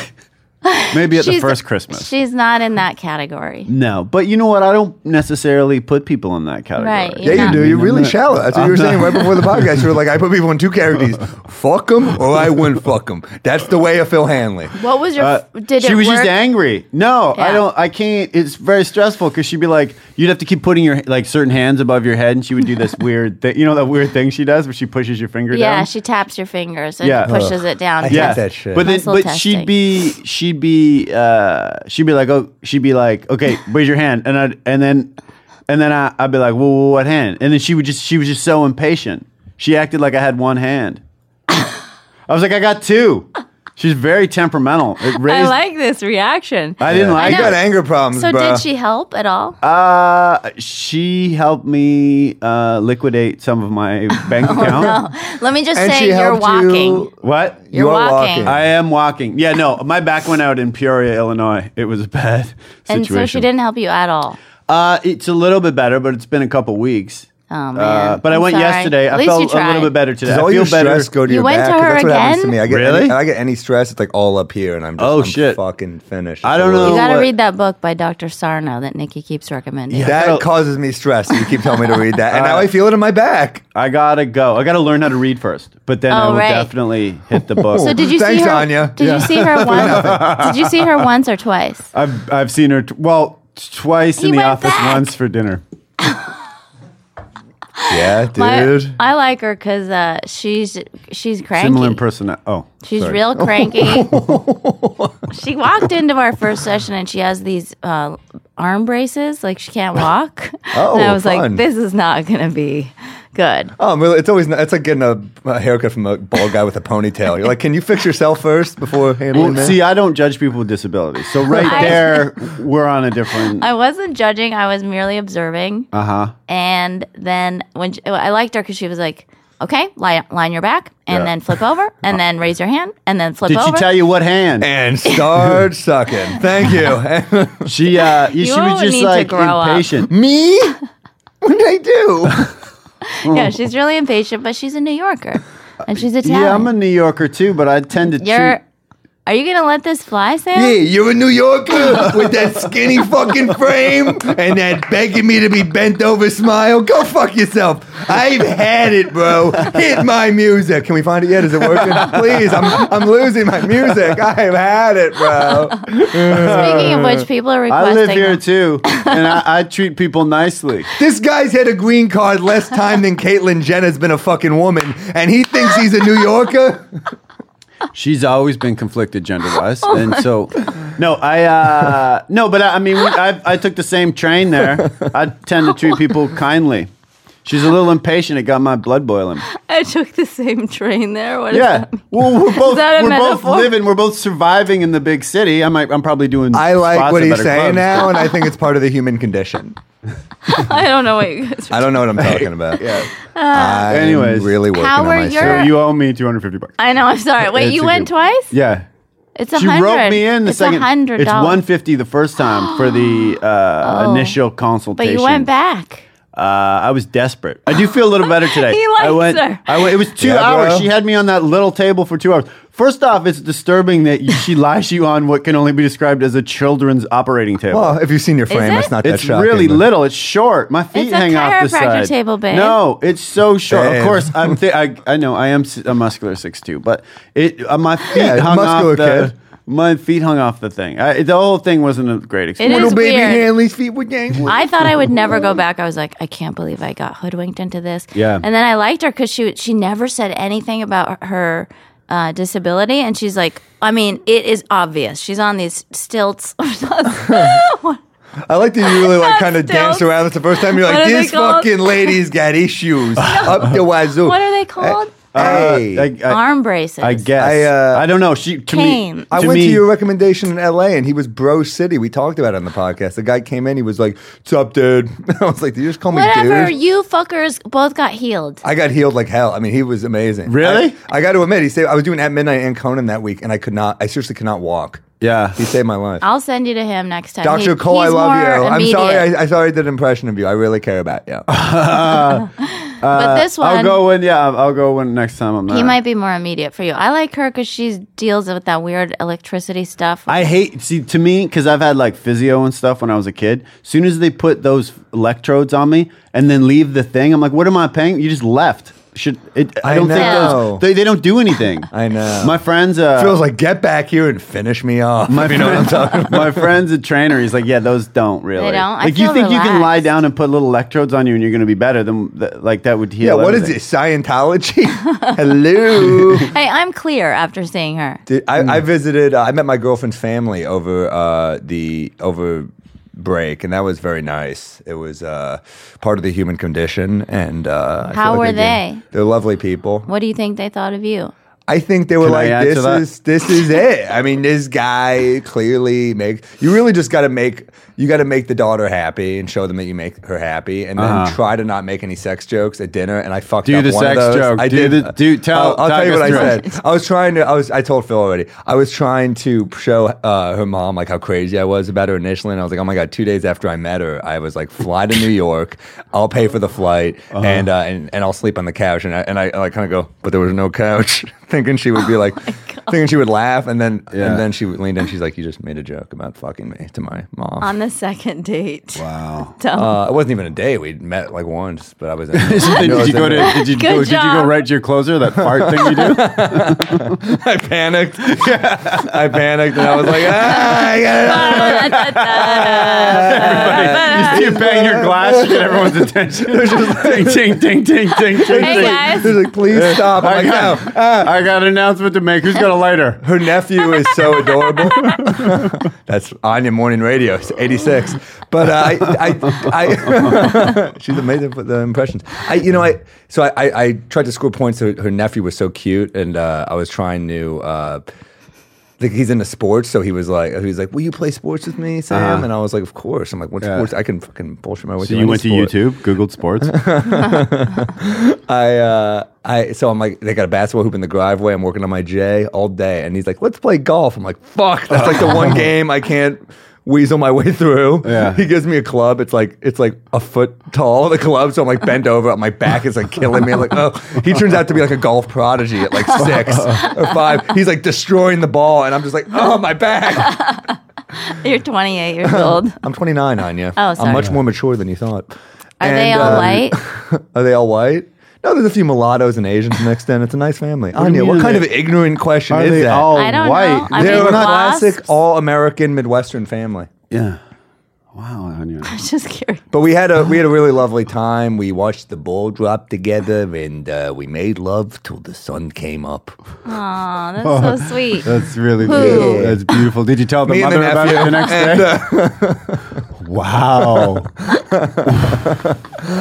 Speaker 5: maybe at the
Speaker 2: She's-
Speaker 5: first Christmas.
Speaker 2: She's not in that category.
Speaker 5: no, but you know what? I don't necessarily put people in that category.
Speaker 2: Right,
Speaker 4: Yeah,
Speaker 2: Yeah.
Speaker 4: you do. You're
Speaker 5: I'm
Speaker 4: really
Speaker 5: not-
Speaker 4: shallow. That's what you were saying right before the podcast. You were like, I put people in two categories: fuck them or I wouldn't fuck them. That's the way of Phil Hanley.
Speaker 2: What was your?
Speaker 5: Uh,
Speaker 2: did
Speaker 5: she
Speaker 2: it
Speaker 5: was
Speaker 2: work?
Speaker 5: just angry. No, I
Speaker 2: Yeah.
Speaker 5: don't. I can't. It's very stressful because she'd be like, you'd have to keep putting your like certain hands above your head, and she would do this weird thing. You know that weird thing she does where she pushes your finger down.
Speaker 2: Yeah, she taps your fingers and
Speaker 5: Yeah.
Speaker 2: pushes it down.
Speaker 4: I hate
Speaker 5: yeah,
Speaker 4: that shit.
Speaker 5: But then,
Speaker 2: Muscle
Speaker 5: but
Speaker 2: testing.
Speaker 5: she'd be, she'd be, uh, she'd be like, oh, she'd be like, okay, raise your hand, and I, would and then, and then I, I'd be like, well, well, what hand? And then she would just, she was just so impatient. She acted like I had one hand. I was like, I got two. She's very temperamental. It raised.
Speaker 2: I like this reaction.
Speaker 5: I didn't like
Speaker 4: I got
Speaker 5: it.
Speaker 4: anger problems,
Speaker 2: so
Speaker 4: bro.
Speaker 2: did she help at all?
Speaker 5: Uh, she helped me uh, liquidate some of my bank
Speaker 2: Oh,
Speaker 5: account.
Speaker 2: Let me just
Speaker 4: And
Speaker 2: say
Speaker 4: she
Speaker 2: you're
Speaker 4: helped
Speaker 2: walking.
Speaker 4: you.
Speaker 5: What?
Speaker 2: You're
Speaker 4: you are
Speaker 2: walking.
Speaker 4: walking.
Speaker 5: I am walking. Yeah, no, my back went out in Peoria, Illinois. It was a bad situation.
Speaker 2: And so she didn't help you at all.
Speaker 5: Uh, it's a little bit better, but it's been a couple weeks.
Speaker 2: Oh man.
Speaker 5: Uh, but I
Speaker 2: I'm
Speaker 5: went
Speaker 2: sorry.
Speaker 5: yesterday.
Speaker 2: At
Speaker 5: I
Speaker 2: least
Speaker 5: felt
Speaker 2: you
Speaker 5: a
Speaker 2: tried.
Speaker 5: little bit better today.
Speaker 4: Does
Speaker 5: I
Speaker 4: all
Speaker 5: feel
Speaker 4: your
Speaker 5: better.
Speaker 4: stress go to
Speaker 2: You
Speaker 4: your
Speaker 2: went
Speaker 4: back?
Speaker 2: to
Speaker 4: 'Cause
Speaker 2: her
Speaker 4: that's what happens to
Speaker 2: again?
Speaker 4: me. I get
Speaker 5: Really?
Speaker 4: any, I get any stress, it's like all up here, and I'm just
Speaker 5: Oh,
Speaker 4: I'm
Speaker 5: shit.
Speaker 4: fucking finished.
Speaker 5: I don't know.
Speaker 2: You gotta
Speaker 5: what-
Speaker 2: read that book by Dr. Sarno that Nikki keeps recommending.
Speaker 4: That
Speaker 5: That'll-
Speaker 4: causes me stress. You keep telling me to read that, and now I feel it in my back.
Speaker 5: I gotta go. I gotta learn how to read first, but then I
Speaker 2: Oh,
Speaker 5: will
Speaker 2: right.
Speaker 5: definitely hit the book.
Speaker 2: So did you
Speaker 4: Thanks,
Speaker 2: see her?
Speaker 4: Anya.
Speaker 2: Did you see her once? did you see her once or twice?
Speaker 5: I've I've seen her t- well t- twice
Speaker 2: He
Speaker 5: in the
Speaker 2: went
Speaker 5: office,
Speaker 2: back.
Speaker 5: once for dinner.
Speaker 4: Yeah,
Speaker 2: My-
Speaker 4: dude.
Speaker 2: I like her because uh, she's she's cranky.
Speaker 5: Similar personality. Oh,
Speaker 2: She's
Speaker 5: sorry.
Speaker 2: real cranky. she walked into our first session and she has these uh, arm braces, like she can't walk.
Speaker 4: Oh,
Speaker 2: and I was like,
Speaker 4: fun.
Speaker 2: this is not gonna be good.
Speaker 4: Oh, really, it's always it's like getting a, a haircut from a bald guy with a ponytail. You're like, can you fix yourself first before handling
Speaker 5: Well,
Speaker 4: this?
Speaker 5: see, I don't judge people with disabilities, so right
Speaker 2: I-
Speaker 5: there we're on a different.
Speaker 2: I wasn't judging; I was merely observing.
Speaker 5: Uh
Speaker 4: Uh-huh.
Speaker 5: huh.
Speaker 2: And then when she, I liked her because she was like, okay, lie, line your back, and then flip over, and then raise your hand, and then flip
Speaker 5: Did
Speaker 2: over.
Speaker 5: she tell you what hand?
Speaker 4: and start sucking. Thank you.
Speaker 5: She uh, you, she
Speaker 2: all
Speaker 5: was
Speaker 2: need
Speaker 5: just
Speaker 2: to
Speaker 5: like
Speaker 2: grow up.
Speaker 5: impatient.
Speaker 4: me? What did I do?
Speaker 2: yeah, she's really impatient, but she's a New Yorker, and she's Italian.
Speaker 5: Yeah, I'm a New Yorker too, but I tend to
Speaker 2: You're.
Speaker 5: treat.
Speaker 2: Are you gonna let this fly, Sam?
Speaker 4: Hey, you're a New Yorker with that skinny fucking frame and that begging me to be bent over smile. Go fuck yourself. I've had it, bro. Hit my music. Can we find it yet? Is it working? Please, I'm, I'm losing my music. I've had it, bro.
Speaker 2: Speaking of which, people are requesting.
Speaker 5: I live here too, and I, I treat people nicely.
Speaker 4: This guy's had a green card less time than Caitlyn Jenner's been a fucking woman, and he thinks he's a New Yorker.
Speaker 5: She's always been conflicted gender wise,
Speaker 2: Oh
Speaker 5: and so no, I uh, no, but I, I mean, we, I, I took the same train there. I tend to treat people kindly. She's a little impatient. It got my blood boiling.
Speaker 2: I took the same train there. What is
Speaker 5: Yeah,
Speaker 2: that?
Speaker 5: well, we're both
Speaker 2: that a
Speaker 5: we're both
Speaker 2: metaphor?
Speaker 5: living, we're both surviving in the big city. I might, I'm probably doing.
Speaker 4: I like
Speaker 5: spots
Speaker 4: what
Speaker 5: at
Speaker 4: he's
Speaker 5: better
Speaker 4: saying
Speaker 5: clubs,
Speaker 4: now, and I think it's part of the human condition.
Speaker 2: I don't know what you guys. Are.
Speaker 4: I don't know what I'm talking about. yeah. I'm
Speaker 5: Anyways.
Speaker 4: really working
Speaker 2: How
Speaker 4: on
Speaker 2: were
Speaker 4: myself.
Speaker 5: but
Speaker 2: your-
Speaker 5: You owe me 250 bucks.
Speaker 2: I know. I'm sorry. Wait,
Speaker 5: It's
Speaker 2: you
Speaker 5: a
Speaker 2: went
Speaker 5: good-
Speaker 2: twice?
Speaker 5: Yeah.
Speaker 2: It's a
Speaker 5: She
Speaker 2: hundred.
Speaker 5: roped me in the
Speaker 2: it's
Speaker 5: second.
Speaker 2: a hundred
Speaker 5: It's
Speaker 2: dollars.
Speaker 5: 150 the first time for the uh,
Speaker 2: Oh.
Speaker 5: initial
Speaker 2: But
Speaker 5: consultation.
Speaker 2: you went back.
Speaker 5: Uh, I was desperate. I do feel a little better today.
Speaker 2: He likes
Speaker 5: I went,
Speaker 2: her.
Speaker 5: I went. It was two
Speaker 4: Yeah,
Speaker 5: hours.
Speaker 4: bro.
Speaker 5: She had me on that little table for two hours. First off, it's disturbing that you, she lies you on what can only be described as a children's operating table.
Speaker 4: Well, Oh, if you've seen your frame,
Speaker 2: it?
Speaker 4: it's not that
Speaker 5: it's
Speaker 4: shocking.
Speaker 5: really
Speaker 4: but-
Speaker 5: little. It's short. My feet
Speaker 2: It's a
Speaker 5: hang off the
Speaker 2: chiropractor
Speaker 5: side.
Speaker 2: table, babe.
Speaker 5: No, it's so short.
Speaker 4: Babe.
Speaker 5: Of course, I'm. Th- I, I know I am s- a muscular six two, but it uh, my feet
Speaker 4: Yeah,
Speaker 5: hung
Speaker 4: muscular
Speaker 5: off the.
Speaker 4: kid.
Speaker 5: My feet hung off the thing. I, the whole thing wasn't a great
Speaker 2: It
Speaker 5: experience.
Speaker 2: is
Speaker 4: Little baby
Speaker 2: weird.
Speaker 4: Hanley's feet would gang.
Speaker 2: I thought I would never go back. I was like, I can't believe I got hoodwinked into this.
Speaker 5: Yeah.
Speaker 2: And then I liked her because she she never said anything about her uh, disability, and she's like, I mean, it is obvious. She's on these stilts.
Speaker 4: I like that you really like kind of
Speaker 2: Stilts.
Speaker 4: danced around. It's the first time you're
Speaker 2: What
Speaker 4: like,
Speaker 2: are they
Speaker 4: this
Speaker 2: called?
Speaker 4: fucking lady's got issues up the wazoo.
Speaker 2: what are they called?
Speaker 4: Hey,
Speaker 5: I, I-
Speaker 2: Arm braces.
Speaker 5: I guess.
Speaker 4: I, uh,
Speaker 5: I don't know. She to
Speaker 2: Pain.
Speaker 5: me.
Speaker 4: I
Speaker 5: to
Speaker 4: went
Speaker 5: me,
Speaker 4: to your recommendation in LA and he was Bro City. We talked about it on the podcast. The guy came in, he was like, What's up, dude? I was like, Did you just call
Speaker 2: Whatever.
Speaker 4: me dude?
Speaker 2: You fuckers both got healed.
Speaker 4: I got healed like hell. I mean, he was amazing.
Speaker 5: Really?
Speaker 4: I, I got to admit, he saved, I was doing At Midnight and Conan that week and I could not, I seriously could not walk.
Speaker 5: Yeah.
Speaker 4: He saved my life.
Speaker 2: I'll send you to him next time.
Speaker 4: Dr.
Speaker 2: He-
Speaker 4: Cole, I
Speaker 2: he's
Speaker 4: love
Speaker 2: more
Speaker 4: you. I'm
Speaker 2: immediate.
Speaker 4: sorry. I, I sorry I did an impression of you. I really care about you.
Speaker 2: but this one,
Speaker 5: I'll go when. Yeah, I'll- I'll go when next time I'm not.
Speaker 2: he might be more immediate for you. I like her because she deals with that weird electricity stuff.
Speaker 5: I hate see to me because I've had like physio and stuff when I was a kid. Soon as they put those electrodes on me and then leave the thing, I'm like, what am I paying? You just left. Should it, I,
Speaker 4: I
Speaker 5: don't think
Speaker 4: know.
Speaker 5: those they, they don't do anything.
Speaker 4: I know.
Speaker 5: My friends. Uh,
Speaker 4: Phil's like, get back here and finish me off.
Speaker 5: my
Speaker 4: if you know what I'm talking about.
Speaker 5: my friend's a trainer. He's like, yeah, those don't really.
Speaker 2: don't? I
Speaker 5: Like you
Speaker 2: feel
Speaker 5: think you can lie
Speaker 2: relaxed.
Speaker 5: down and put little electrodes on you and you're going to be better than th- like that would
Speaker 4: Yeah,
Speaker 5: heal.
Speaker 4: what is
Speaker 5: everything.
Speaker 4: this? Scientology? Hello.
Speaker 2: hey, I'm clear after seeing her.
Speaker 4: Dude, I,
Speaker 5: Hmm.
Speaker 4: I visited. Uh, I met my girlfriend's family over uh, the over break, and that was very nice. It was uh, part of the human condition, and uh, I feel
Speaker 2: How
Speaker 4: like
Speaker 2: were
Speaker 4: they're doing-
Speaker 2: they?
Speaker 4: They're lovely people.
Speaker 2: What do you think they thought of you?
Speaker 4: I think they were
Speaker 5: Can I add
Speaker 4: like,
Speaker 5: to
Speaker 4: "This
Speaker 5: that?
Speaker 4: is this is it." I mean, this guy clearly make you really just got to make you got to make the daughter happy and show them that you make her happy, and then
Speaker 5: Uh-huh.
Speaker 4: try to not make any sex jokes at dinner. And I fucked
Speaker 5: Do
Speaker 4: up
Speaker 5: the
Speaker 4: one
Speaker 5: sex
Speaker 4: of those.
Speaker 5: joke.
Speaker 4: I
Speaker 5: Do the- do- tell-
Speaker 4: I'll, I'll
Speaker 5: talk
Speaker 4: tell you
Speaker 5: us
Speaker 4: what I
Speaker 5: through it.
Speaker 4: said. I was trying to. I was. I told Phil already. I was trying to show uh, her mom like how crazy I was about her initially, and I was like, "Oh my god!" Two days after I met her, I was like, "Fly to New York. I'll pay for the flight,
Speaker 5: Uh-huh.
Speaker 4: and, uh, and and I'll sleep on the couch." And I and I, I kind of go, "But there was no couch," thinking she would be like, thinking she would laugh, and then
Speaker 5: Yeah.
Speaker 4: and then she leaned in. She's like, "You just made a joke about fucking me to my mom."
Speaker 2: Um,
Speaker 6: on the second date.
Speaker 5: Wow.
Speaker 6: Dumb.
Speaker 4: uh, it wasn't even a day. We met like once, but I was. In, I
Speaker 5: did,
Speaker 4: knew I was
Speaker 5: you
Speaker 4: in
Speaker 5: go to?
Speaker 4: there.
Speaker 5: Did you
Speaker 6: Good
Speaker 5: go? Did you go
Speaker 6: job.
Speaker 5: right to your closer? That fart thing you do?
Speaker 4: I panicked. I panicked and I was like, ah, I got it.
Speaker 5: you bang your glass, you get everyone's attention. ding, ding, ding, ding, ding, ding.
Speaker 6: Hey,
Speaker 5: ding.
Speaker 6: guys.
Speaker 4: He was like, please stop.
Speaker 5: I
Speaker 4: I'm
Speaker 5: got,
Speaker 4: like, no.
Speaker 5: I got an announcement to make. Who's got a lighter?
Speaker 4: Her nephew is so adorable. That's Anya Morning Radio, it's 86. But uh, I, I, I she's amazing with the impressions. I, you know, I so I, I, I tried to score points. Her, her nephew was so cute, and uh, I was trying to. Uh, like he's into sports, so he was like, he was like, "Will you play sports with me, Sam?" And I was like, "Of course." I'm like, "What
Speaker 5: Yeah.
Speaker 4: sports? I can fucking bullshit my way."
Speaker 5: So
Speaker 4: through
Speaker 5: you
Speaker 4: any
Speaker 5: went to
Speaker 4: sport."
Speaker 5: YouTube, Googled sports.
Speaker 4: I uh, I so I'm like they got a basketball hoop in the driveway. I'm working on my J all day, and he's like, "Let's play golf." I'm like, "Fuck!" That's like the one game I can't weasel my way through.
Speaker 5: Yeah.
Speaker 4: He gives me a club. It's like it's like a foot tall the club, so I'm like bent over. My back is like killing me. I'm like, oh, he turns out to be like a golf prodigy at like six or five. He's like destroying the ball, and I'm just like, oh, my back.
Speaker 6: You're 28 years old.
Speaker 4: I'm 29, Anya.
Speaker 6: Oh, sorry.
Speaker 4: I'm much more mature than you thought.
Speaker 2: Are they
Speaker 4: And,
Speaker 2: all
Speaker 5: um,
Speaker 4: uh,
Speaker 2: white?
Speaker 4: Are they all white? No, there's a few mulattoes and Asians mixed in. It's a nice family.
Speaker 5: do you
Speaker 4: Anya, what
Speaker 5: mean
Speaker 4: kind
Speaker 5: they-
Speaker 4: of ignorant question
Speaker 5: Are
Speaker 4: is
Speaker 5: they
Speaker 4: that?
Speaker 5: all
Speaker 2: I don't
Speaker 5: white?
Speaker 2: know. I
Speaker 4: They're
Speaker 2: mean,
Speaker 4: a
Speaker 2: wasps?
Speaker 4: classic all American Midwestern family.
Speaker 5: yeah. Wow, Anya.
Speaker 6: Just curious.
Speaker 4: But we had a we had a really lovely time. We watched the ball drop together, and uh, we made love till the sun came up.
Speaker 6: Aw, that's so sweet.
Speaker 5: Oh, That's really
Speaker 6: Who?
Speaker 5: beautiful. That's beautiful. Did you tell the
Speaker 4: Me and the
Speaker 5: mother about it
Speaker 4: nephew.
Speaker 5: the next
Speaker 4: And,
Speaker 5: day? wow.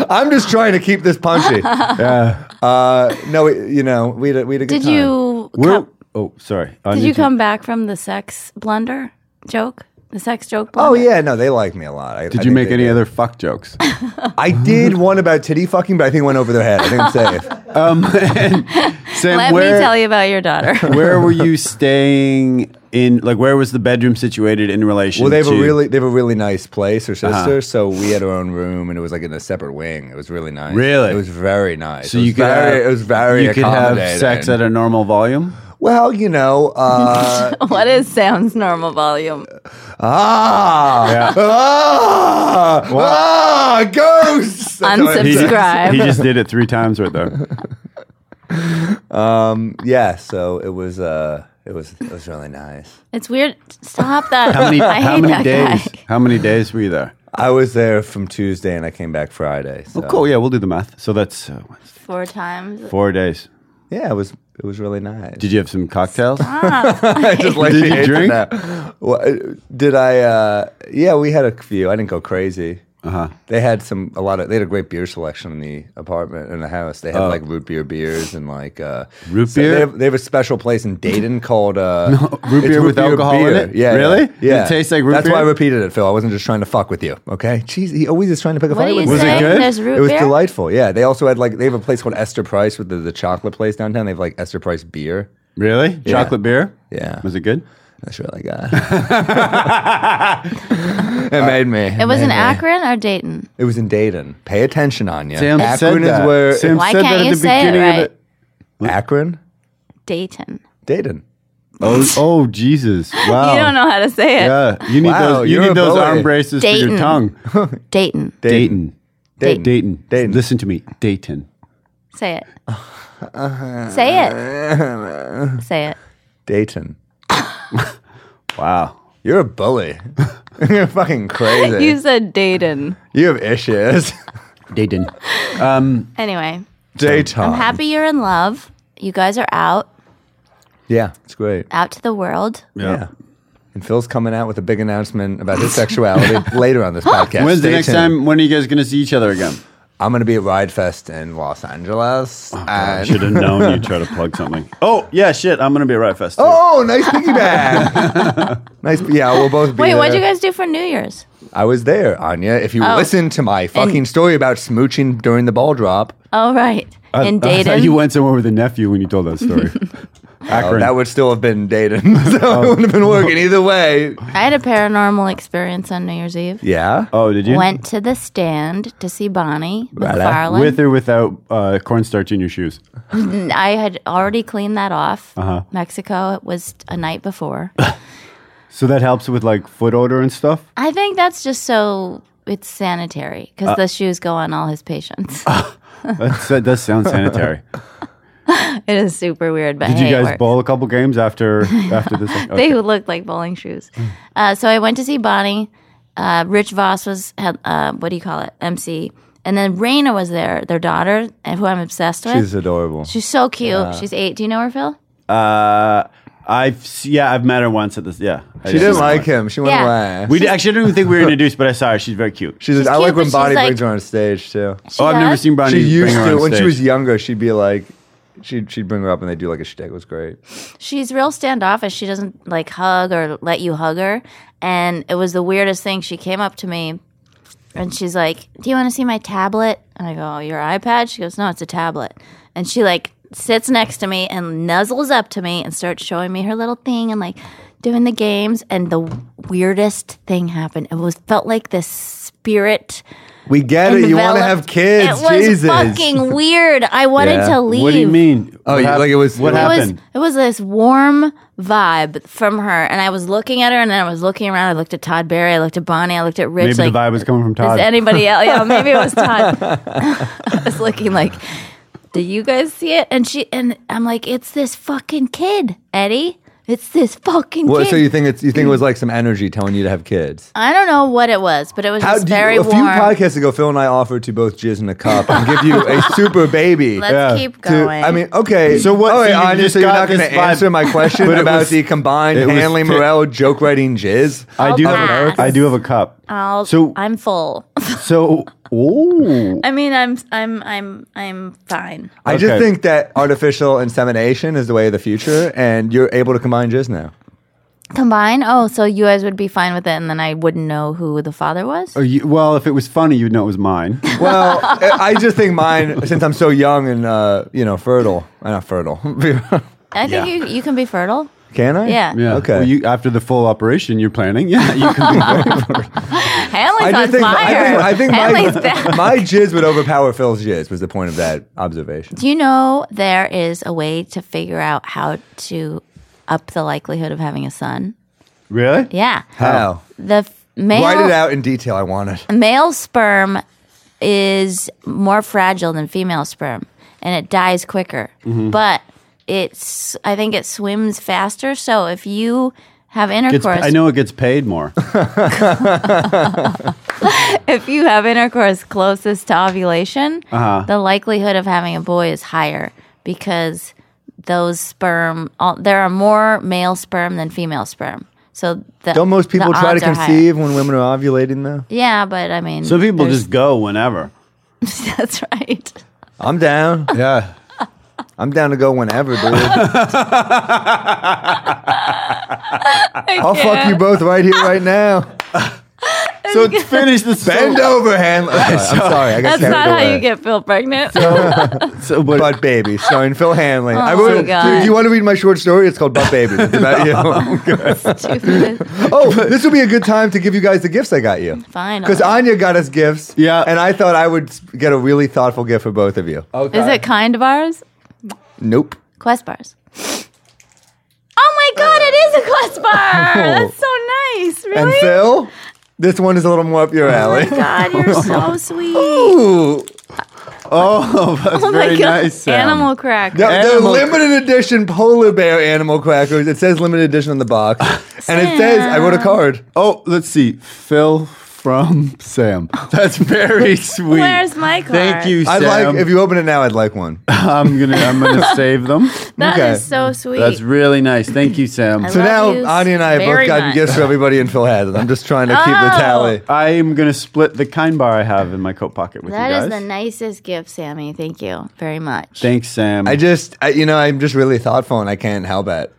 Speaker 4: I'm just trying to keep this punchy.
Speaker 5: Yeah.
Speaker 4: Uh, no, it- you know we had a, we had a good
Speaker 2: Did
Speaker 4: time.
Speaker 2: you
Speaker 5: We're,
Speaker 2: come,
Speaker 5: oh, sorry.
Speaker 2: did
Speaker 5: Anya,
Speaker 2: you come back from the sex blunder joke? The sex joke blunder?
Speaker 4: Oh yeah, no, they like me a lot. I, I
Speaker 5: Did you
Speaker 4: think
Speaker 5: make
Speaker 4: they
Speaker 5: any
Speaker 4: did.
Speaker 5: other fuck jokes?
Speaker 4: I did one about titty fucking, but I think it went over their head. I think I'm safe.
Speaker 5: Um, Sam,
Speaker 6: Let
Speaker 5: where,
Speaker 6: me tell you about your daughter.
Speaker 5: where were you staying in? Like, where was the bedroom situated in relation?
Speaker 4: Well, they have
Speaker 5: to-
Speaker 4: a really they have a really nice place. Her
Speaker 5: Uh-huh.
Speaker 4: sister, so we had our own room, and it was like in a separate wing. It was really nice.
Speaker 5: Really?
Speaker 4: it was very nice.
Speaker 5: So
Speaker 4: it was
Speaker 5: you could
Speaker 4: very,
Speaker 5: have,
Speaker 4: it was very
Speaker 5: you could have
Speaker 4: accommodating.
Speaker 5: sex at a normal volume.
Speaker 4: well, you know, uh,
Speaker 6: what is Sam's normal volume?
Speaker 4: ah,
Speaker 5: Yeah.
Speaker 4: ah, ah, ghosts. That's what I
Speaker 6: Unsubscribe.
Speaker 5: He
Speaker 4: said.
Speaker 6: Subscribe.
Speaker 5: just, he just did it three times right there.
Speaker 4: Yeah, so it was. Uh, it was. It was really nice.
Speaker 2: It's weird. Stop that.
Speaker 5: How many,
Speaker 2: I hate
Speaker 5: how many
Speaker 2: that
Speaker 5: days?
Speaker 2: guy.
Speaker 5: How many days were you there?
Speaker 4: I was there from Tuesday, and I came back Friday. So.
Speaker 5: Oh, cool. Yeah, we'll do the math. So that's uh, Wednesday.
Speaker 2: Four times.
Speaker 5: four days.
Speaker 4: Yeah, it was. It was really nice.
Speaker 5: Did you have some cocktails?
Speaker 4: just like
Speaker 5: Did
Speaker 4: she
Speaker 5: you
Speaker 4: hates
Speaker 5: drink?
Speaker 4: it now. Well, uh, Did I? Uh, yeah, we had a few. I didn't go crazy. Uh-huh. They had some a lot of. They had a great beer selection in the apartment in the house. They had like root beer beers and like uh,
Speaker 5: Oh. Root
Speaker 4: so
Speaker 5: beer?
Speaker 4: They have, they have a special place in Dayton called uh, it's
Speaker 5: root beer with alcohol in it?
Speaker 4: Yeah,
Speaker 5: Really?
Speaker 4: yeah, Yeah,
Speaker 5: It tastes like root
Speaker 4: That's why I
Speaker 5: beer?
Speaker 4: repeated it, Phil. I wasn't just trying to fuck with you. Okay, jeez, he always is trying to pick a
Speaker 2: What
Speaker 4: fight
Speaker 2: do
Speaker 4: with
Speaker 2: you
Speaker 4: me.
Speaker 5: Was it
Speaker 2: say?
Speaker 5: good?
Speaker 2: There's root
Speaker 4: It was
Speaker 2: beer?
Speaker 4: delightful. Yeah, they also had like they have a place called Esther Price with the, the chocolate place downtown. They have like Esther Price beer.
Speaker 5: really? Chocolate beer?
Speaker 4: Yeah.
Speaker 5: Was it good?
Speaker 4: That's really good. it made me.
Speaker 2: It was
Speaker 4: made
Speaker 2: in
Speaker 4: me.
Speaker 2: Akron or Dayton?
Speaker 4: It was in Dayton. Pay attention, Anya.
Speaker 5: Sam
Speaker 4: Akron
Speaker 5: said
Speaker 4: is
Speaker 5: that.
Speaker 4: where
Speaker 5: Sam
Speaker 2: Why
Speaker 5: said
Speaker 2: can't
Speaker 5: that at
Speaker 2: you
Speaker 5: the
Speaker 2: say it
Speaker 5: beginning
Speaker 2: right?
Speaker 5: of it.
Speaker 4: Akron,
Speaker 2: Dayton.
Speaker 4: Dayton.
Speaker 5: Oh, oh, Jesus! Wow.
Speaker 6: You don't know how to say it.
Speaker 5: Oh. Yeah, you need
Speaker 4: Wow,
Speaker 5: those. You
Speaker 4: you're a
Speaker 5: need those
Speaker 4: bully.
Speaker 5: arm braces for
Speaker 2: Dayton.
Speaker 5: your tongue.
Speaker 2: Dayton.
Speaker 5: Dayton.
Speaker 4: Dayton.
Speaker 5: Dayton.
Speaker 4: Dayton.
Speaker 5: Listen to me. Dayton.
Speaker 2: Say it. Say it. Say it.
Speaker 4: Dayton.
Speaker 5: Wow.
Speaker 4: You're a bully. You're fucking crazy.
Speaker 6: You said Dayton.
Speaker 4: you have issues.
Speaker 5: Dayton.
Speaker 2: Anyway,
Speaker 4: Dayton.
Speaker 2: I'm happy you're in love. You guys are out,
Speaker 4: Yeah, it's great.
Speaker 2: out to the world.
Speaker 4: Yeah. And Phil's coming out with a big announcement about his sexuality later on this podcast.
Speaker 5: When's the
Speaker 4: Stay
Speaker 5: next
Speaker 4: tuned.
Speaker 5: time? When are you guys going to see each other again?
Speaker 4: I'm going to be at Ride Fest in Los Angeles.
Speaker 5: I
Speaker 4: and-
Speaker 5: should have known you'd try to plug something. Oh, yeah, shit. I'm going to be at Riot Fest. too.
Speaker 4: oh, nice piggyback. nice. Yeah, we'll both be
Speaker 2: Wait,
Speaker 4: there.
Speaker 2: what'd you guys do for New Year's?
Speaker 4: I was there, Anya. If you
Speaker 2: Oh.
Speaker 4: listen to my fucking story about smooching during the ball drop,
Speaker 2: Oh, right.
Speaker 5: I-
Speaker 2: In
Speaker 5: I thought
Speaker 2: Dayton.
Speaker 5: you went somewhere with a nephew when you told that story.
Speaker 4: uh,
Speaker 5: Akron.
Speaker 4: that would still have been Dayton. so it wouldn't have been working either way.
Speaker 2: I had a paranormal experience on New Year's Eve.
Speaker 4: Yeah.
Speaker 5: oh, did you?
Speaker 2: Went to the stand to see Bonnie
Speaker 4: Right.
Speaker 2: McFarlane.
Speaker 5: With or without uh, cornstarch in your shoes?
Speaker 2: I had already cleaned that off.
Speaker 5: Uh-huh.
Speaker 2: Mexico was a night before.
Speaker 5: So that helps with like foot odor and stuff?
Speaker 2: I think that's just so it's sanitary because
Speaker 5: Uh,
Speaker 2: the shoes go on all his patients.
Speaker 5: That's, that does sound sanitary.
Speaker 2: it is super weird, but
Speaker 5: Did
Speaker 2: hey,
Speaker 5: you
Speaker 2: it
Speaker 5: guys
Speaker 2: worked.
Speaker 5: bowl a couple games after after this?
Speaker 2: They
Speaker 5: Okay. Hmm.
Speaker 2: looked like bowling shoes. Uh, so I went to see Bonnie. Uh, Rich Voss was had, uh, what do you call it? MC, and then Raina was there, their daughter, and who I'm obsessed with.
Speaker 4: She's adorable.
Speaker 2: She's so cute. She's eight. Do you know her, Phil?
Speaker 5: Uh, I've s- yeah, I've met her once at this. Yeah,
Speaker 4: She didn't like him. She went
Speaker 2: Yeah.
Speaker 4: away.
Speaker 5: We d- actually I didn't even think we were introduced, but I saw her. She's very cute.
Speaker 4: She's,
Speaker 2: cute,
Speaker 4: I like
Speaker 2: but
Speaker 4: when
Speaker 2: she's
Speaker 4: Bonnie
Speaker 2: like-
Speaker 4: brings her on stage too.
Speaker 5: oh, I've never
Speaker 2: does?
Speaker 5: seen Bonnie.
Speaker 4: She used
Speaker 5: bring her
Speaker 4: to
Speaker 5: on
Speaker 4: when she
Speaker 5: stage.
Speaker 4: was younger. She'd be like, she'd she'd bring her up and they would do like a shtick. It was great.
Speaker 2: she's real standoffish. She doesn't like hug or let you hug her. And it was the weirdest thing. She came up to me and she's like, Do you want to see my tablet? And I go, oh, Your iPad? She goes, No, it's a tablet. And she like sits next to me and nuzzles up to me and starts showing me her little thing and like doing the games. And the weirdest thing happened. It was felt like this spirit.
Speaker 4: We get it. You want to
Speaker 2: enveloped-
Speaker 4: have kids?
Speaker 2: It was
Speaker 4: Jesus.
Speaker 2: fucking weird. I wanted
Speaker 4: Yeah.
Speaker 2: to leave.
Speaker 5: What do you mean?
Speaker 4: Oh,
Speaker 5: What
Speaker 4: you-
Speaker 5: hap-
Speaker 4: like it was-
Speaker 5: What
Speaker 4: it
Speaker 2: it was
Speaker 5: happened?
Speaker 2: it was this warm vibe from her, and I was looking at her, and then I was looking around. I looked at Todd Barry, I looked at Bonnie, I looked at Rich.
Speaker 5: Maybe
Speaker 2: like,
Speaker 5: the vibe was coming from
Speaker 2: is
Speaker 5: Todd.
Speaker 2: anybody else? Yeah, maybe it was Todd. I was looking like, do you guys see it? And she and I'm like, it's this fucking kid, Eddie. It's this fucking
Speaker 4: What,
Speaker 2: kid.
Speaker 4: so you think it's you think it was like some energy telling you to have kids?
Speaker 2: I don't know what it was, but it was just very
Speaker 4: you, a
Speaker 2: warm.
Speaker 4: few podcasts ago, Phil and I offered to both jizz in a cup and give you a super baby.
Speaker 2: Let's
Speaker 5: Yeah.
Speaker 2: keep
Speaker 4: To-
Speaker 2: going.
Speaker 4: I mean, okay.
Speaker 5: So what-
Speaker 4: All right,
Speaker 5: so you
Speaker 4: Anya,
Speaker 5: just
Speaker 4: so you're
Speaker 5: got
Speaker 4: not going
Speaker 5: this
Speaker 4: to
Speaker 5: vibe-
Speaker 4: answer my question
Speaker 5: But it
Speaker 4: about
Speaker 5: was-
Speaker 4: the combined
Speaker 5: it was
Speaker 4: Hanley
Speaker 5: fit-
Speaker 4: Morel joke writing jizz.
Speaker 5: I do.
Speaker 2: I'll
Speaker 5: Have
Speaker 2: pass.
Speaker 5: a, I do have a cup.
Speaker 2: I'll,
Speaker 5: so
Speaker 2: I'm full.
Speaker 5: so oh
Speaker 2: I mean, I'm I'm I'm I'm fine.
Speaker 4: I just
Speaker 5: Okay.
Speaker 4: think that artificial insemination is the way of the future, and you're able to combine jizz now.
Speaker 2: Combine? Oh, so you guys would be fine with it, and then I wouldn't know who the father was?
Speaker 5: Are you- well, if it was funny, you'd know it was mine.
Speaker 4: Well, I I just think mine, since I'm so young and uh, you know fertile, uh, not fertile.
Speaker 2: I think you, you can be fertile.
Speaker 4: Can I?
Speaker 2: Yeah.
Speaker 5: Yeah.
Speaker 4: Okay.
Speaker 5: Well, you, after the full operation you're planning, yeah, you can be
Speaker 2: Hanley's
Speaker 4: I
Speaker 2: on
Speaker 4: just think,
Speaker 2: fire.
Speaker 4: I think, I
Speaker 2: Hanley's
Speaker 4: think my,
Speaker 2: back.
Speaker 4: my jizz would overpower Phil's jizz was the point of that observation.
Speaker 2: Do you know there is a way to figure out how to up the likelihood of having a son?
Speaker 5: really.
Speaker 2: Yeah.
Speaker 4: How?
Speaker 2: The f- male,
Speaker 4: Write it out in detail. I want it.
Speaker 2: male sperm is more fragile than female sperm, and it dies quicker.
Speaker 4: Mm-hmm.
Speaker 2: But it's, I think it swims faster. So if you have
Speaker 5: Gets,
Speaker 2: intercourse,
Speaker 5: I know it gets paid more.
Speaker 2: if you have intercourse closest to ovulation,
Speaker 4: Uh-huh.
Speaker 2: the likelihood of having a boy is higher because those sperm, all, there are more male sperm than female sperm. So the,
Speaker 4: Don't most people
Speaker 2: the
Speaker 4: try to
Speaker 2: odds are higher.
Speaker 4: conceive when women are ovulating, though?
Speaker 2: Yeah, but I mean,
Speaker 5: Some people
Speaker 2: there's-
Speaker 5: just go whenever.
Speaker 2: that's right.
Speaker 4: I'm down.
Speaker 5: Yeah.
Speaker 4: I'm down to go whenever, dude. I'll fuck you both right here, right now.
Speaker 5: So to finish this.
Speaker 4: Bend over, Hanley. I'm sorry. I
Speaker 6: That's
Speaker 4: got carried
Speaker 6: not
Speaker 4: away.
Speaker 6: how you get Phil pregnant.
Speaker 5: So, but,
Speaker 4: Butt Baby, starring Phil Hanley. I
Speaker 2: Oh
Speaker 4: wrote,
Speaker 2: my God.
Speaker 4: Dude, do you want to read my short story? It's called Butt Baby. It's about you.
Speaker 2: Stupid.
Speaker 4: oh, this would be a good time to give you guys the gifts I got you.
Speaker 2: Fine.
Speaker 4: Because Anya got us gifts.
Speaker 5: Yeah.
Speaker 4: And I thought I would get a really thoughtful gift for both of you.
Speaker 5: okay.
Speaker 6: Is it kind bars?
Speaker 4: Nope.
Speaker 2: Quest bars. Oh my god, it is a Quest bar. That's so nice. Really?
Speaker 4: Uh. And Phil, this one is a little more up your alley.
Speaker 2: Oh God, you're so sweet.
Speaker 4: Ooh.
Speaker 5: Oh, that's
Speaker 2: oh my
Speaker 5: very
Speaker 2: god.
Speaker 5: nice. Sam.
Speaker 6: Animal crack.
Speaker 4: The, the
Speaker 5: Animal-
Speaker 4: limited edition polar bear animal crackers. It says limited edition on the box. and it says, I wrote a card.
Speaker 5: Oh, let's see. Phil from Sam. That's very sweet.
Speaker 2: Where's my card?
Speaker 5: Thank you,
Speaker 4: I'd
Speaker 5: Sam.
Speaker 4: like if you open it now. I'd like one.
Speaker 5: I'm gonna I'm gonna save them.
Speaker 2: That is
Speaker 4: Okay.
Speaker 2: so sweet.
Speaker 5: That's really nice. Thank you, Sam.
Speaker 2: I
Speaker 4: So
Speaker 2: love
Speaker 4: now
Speaker 2: yous
Speaker 4: Ani and I have both
Speaker 2: very
Speaker 4: gotten
Speaker 2: much.
Speaker 4: gifts for everybody in Phil has. I'm just trying to keep the
Speaker 2: Oh.
Speaker 4: tally.
Speaker 5: I am gonna split the kind bar I have in my coat pocket with
Speaker 2: That
Speaker 5: you guys.
Speaker 2: is the nicest gift, Sammy. Thank you very much.
Speaker 5: Thanks, Sam.
Speaker 4: I just, I, you know, I'm just really thoughtful and I can't help it.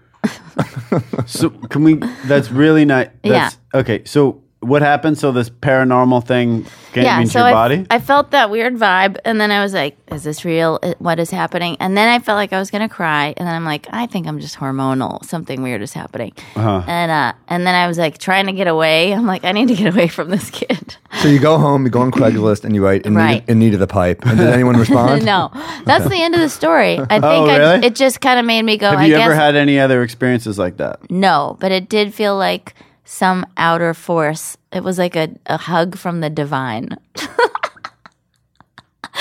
Speaker 5: so can we? That's really nice. That's, Okay. So what happened? So this paranormal thing came into
Speaker 2: so
Speaker 5: your
Speaker 2: I,
Speaker 5: body.
Speaker 2: I felt that weird vibe, and then I was like, "Is this real? I- What is happening?" And then I felt like I was gonna cry, and then I'm like, "I think I'm just hormonal. Something weird is happening."
Speaker 5: Uh-huh.
Speaker 2: And uh, and then I was like trying to get away. I'm like, "I need to get away from this kid."
Speaker 4: So you go home, you go on Craigslist, and you write in,
Speaker 2: Right.
Speaker 4: need, in need of the pipe. And did anyone respond?
Speaker 2: no, that's the end of the story. I think
Speaker 5: Oh,
Speaker 2: I,
Speaker 5: really?
Speaker 2: it just kind of made me go.
Speaker 5: have
Speaker 2: I
Speaker 5: you
Speaker 2: guess
Speaker 5: ever had any other experiences like that?
Speaker 2: no, but it did feel like some outer force. It was like a, a hug from the divine.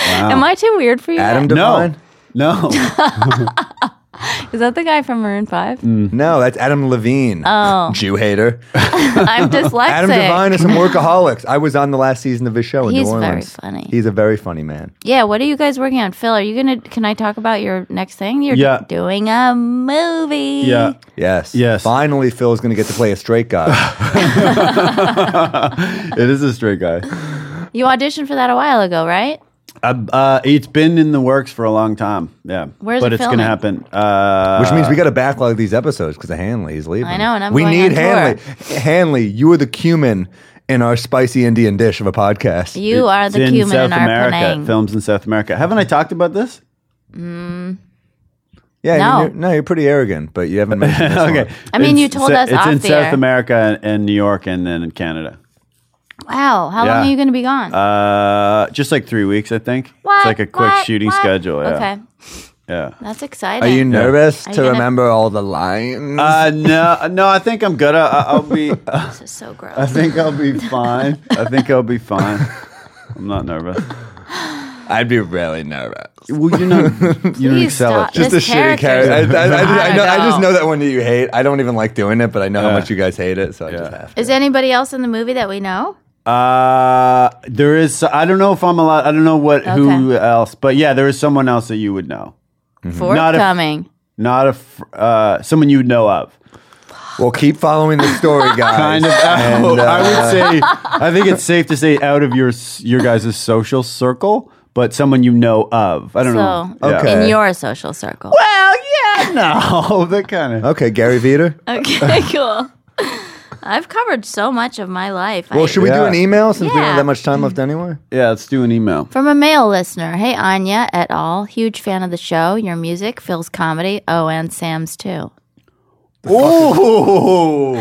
Speaker 6: Am I too weird for you?
Speaker 4: Adam Devine?
Speaker 5: No. No.
Speaker 6: Is that the guy from Maroon Five?
Speaker 4: No. that's Adam Levine.
Speaker 2: Oh.
Speaker 4: Jew hater.
Speaker 2: I'm dyslexic.
Speaker 4: Adam Devine is some workaholics. I was on the last season of his show in
Speaker 2: He's
Speaker 4: New
Speaker 2: very
Speaker 4: Orleans.
Speaker 2: funny.
Speaker 4: He's a very funny man.
Speaker 2: Yeah, what are you guys working on? Phil, are you gonna can I talk about your next thing? You're
Speaker 5: Yeah.
Speaker 2: doing a movie.
Speaker 5: yeah.
Speaker 4: Yes.
Speaker 5: Yes.
Speaker 4: Finally, Phil's going to get to play a straight guy.
Speaker 5: It is a straight guy.
Speaker 2: You auditioned for that a while ago, right?
Speaker 5: Uh, uh, it's been in the works for a long time. Yeah.
Speaker 2: Where's
Speaker 5: but
Speaker 2: it
Speaker 5: it's gonna
Speaker 2: filming?
Speaker 5: happen. Uh,
Speaker 4: Which means we got to backlog these episodes because of Hanley. He's leaving.
Speaker 2: I know, and I'm
Speaker 4: we
Speaker 2: going
Speaker 4: need
Speaker 2: on tour.
Speaker 4: Hanley. Hanley, you are the cumin in our spicy Indian dish of a podcast.
Speaker 2: You are the
Speaker 5: it's in
Speaker 2: cumin
Speaker 5: South
Speaker 2: in our
Speaker 5: America.
Speaker 2: Penang.
Speaker 5: Films in South America. Haven't I talked about this?
Speaker 4: yeah,
Speaker 2: No.
Speaker 4: You're, no, you're pretty arrogant, but you haven't mentioned this
Speaker 5: Okay.
Speaker 4: one.
Speaker 2: I mean, you
Speaker 5: It's
Speaker 2: told
Speaker 5: sa-
Speaker 2: us
Speaker 5: it's in
Speaker 2: off the
Speaker 5: South
Speaker 2: air.
Speaker 5: America and, and New York, and then in Canada.
Speaker 2: Wow, how
Speaker 5: Yeah.
Speaker 2: long are you gonna be gone?
Speaker 5: Uh, just like three weeks, I think. It's
Speaker 2: What?
Speaker 5: like a quick
Speaker 2: What?
Speaker 5: shooting
Speaker 2: What?
Speaker 5: schedule. Yeah.
Speaker 2: Okay.
Speaker 5: Yeah.
Speaker 2: That's
Speaker 4: Are
Speaker 2: exciting.
Speaker 4: you nervous
Speaker 2: Are you
Speaker 4: to
Speaker 2: gonna-
Speaker 4: remember all the lines?
Speaker 5: Uh, no, no, I think I'm gonna. I, I'll be.
Speaker 2: this is so gross.
Speaker 5: I think I'll be fine. I think I'll be fine. I'm not nervous.
Speaker 4: I'd be really nervous.
Speaker 5: Well, you know, you don't
Speaker 2: Please
Speaker 5: excel
Speaker 2: stop.
Speaker 5: at
Speaker 4: Just
Speaker 5: just.
Speaker 4: a
Speaker 2: This
Speaker 4: shitty
Speaker 2: character-
Speaker 4: character. I, I, I, I,
Speaker 2: I
Speaker 4: know, I just
Speaker 2: know.
Speaker 4: know that one that you hate. I don't even like doing it, but I know
Speaker 5: Yeah.
Speaker 4: how much you guys hate it, so I just
Speaker 5: Yeah.
Speaker 4: have to.
Speaker 2: Is anybody else in the movie that we know?
Speaker 5: Uh, there is. I don't know if I'm allowed. I don't know what who
Speaker 2: Okay.
Speaker 5: else, but yeah, there is someone else that you would know. Not if-
Speaker 2: Forthcoming.
Speaker 5: Not a fr- uh, someone you would know of.
Speaker 4: Well, keep following the story, guys.
Speaker 5: Kind of.
Speaker 4: And,
Speaker 5: out- I
Speaker 4: uh,
Speaker 5: would say. I think it's safe to say out of your s- your guys' social circle, but someone you know of. I don't know.
Speaker 2: So
Speaker 5: Yeah.
Speaker 4: Okay.
Speaker 2: in your social circle.
Speaker 5: Well, yeah, no, that kind of.
Speaker 4: Okay, Gary Veter.
Speaker 2: Okay, cool. I've covered so much of my life.
Speaker 4: Well,
Speaker 2: I-
Speaker 4: should we do
Speaker 5: Yeah.
Speaker 4: an email since we don't have
Speaker 2: Yeah.
Speaker 4: that much time left anyway?
Speaker 5: Yeah, let's do an email.
Speaker 2: From a male listener, hey Anya et al. Huge fan of the show, your music, Phil's comedy, oh and Sam's too.
Speaker 5: Oh,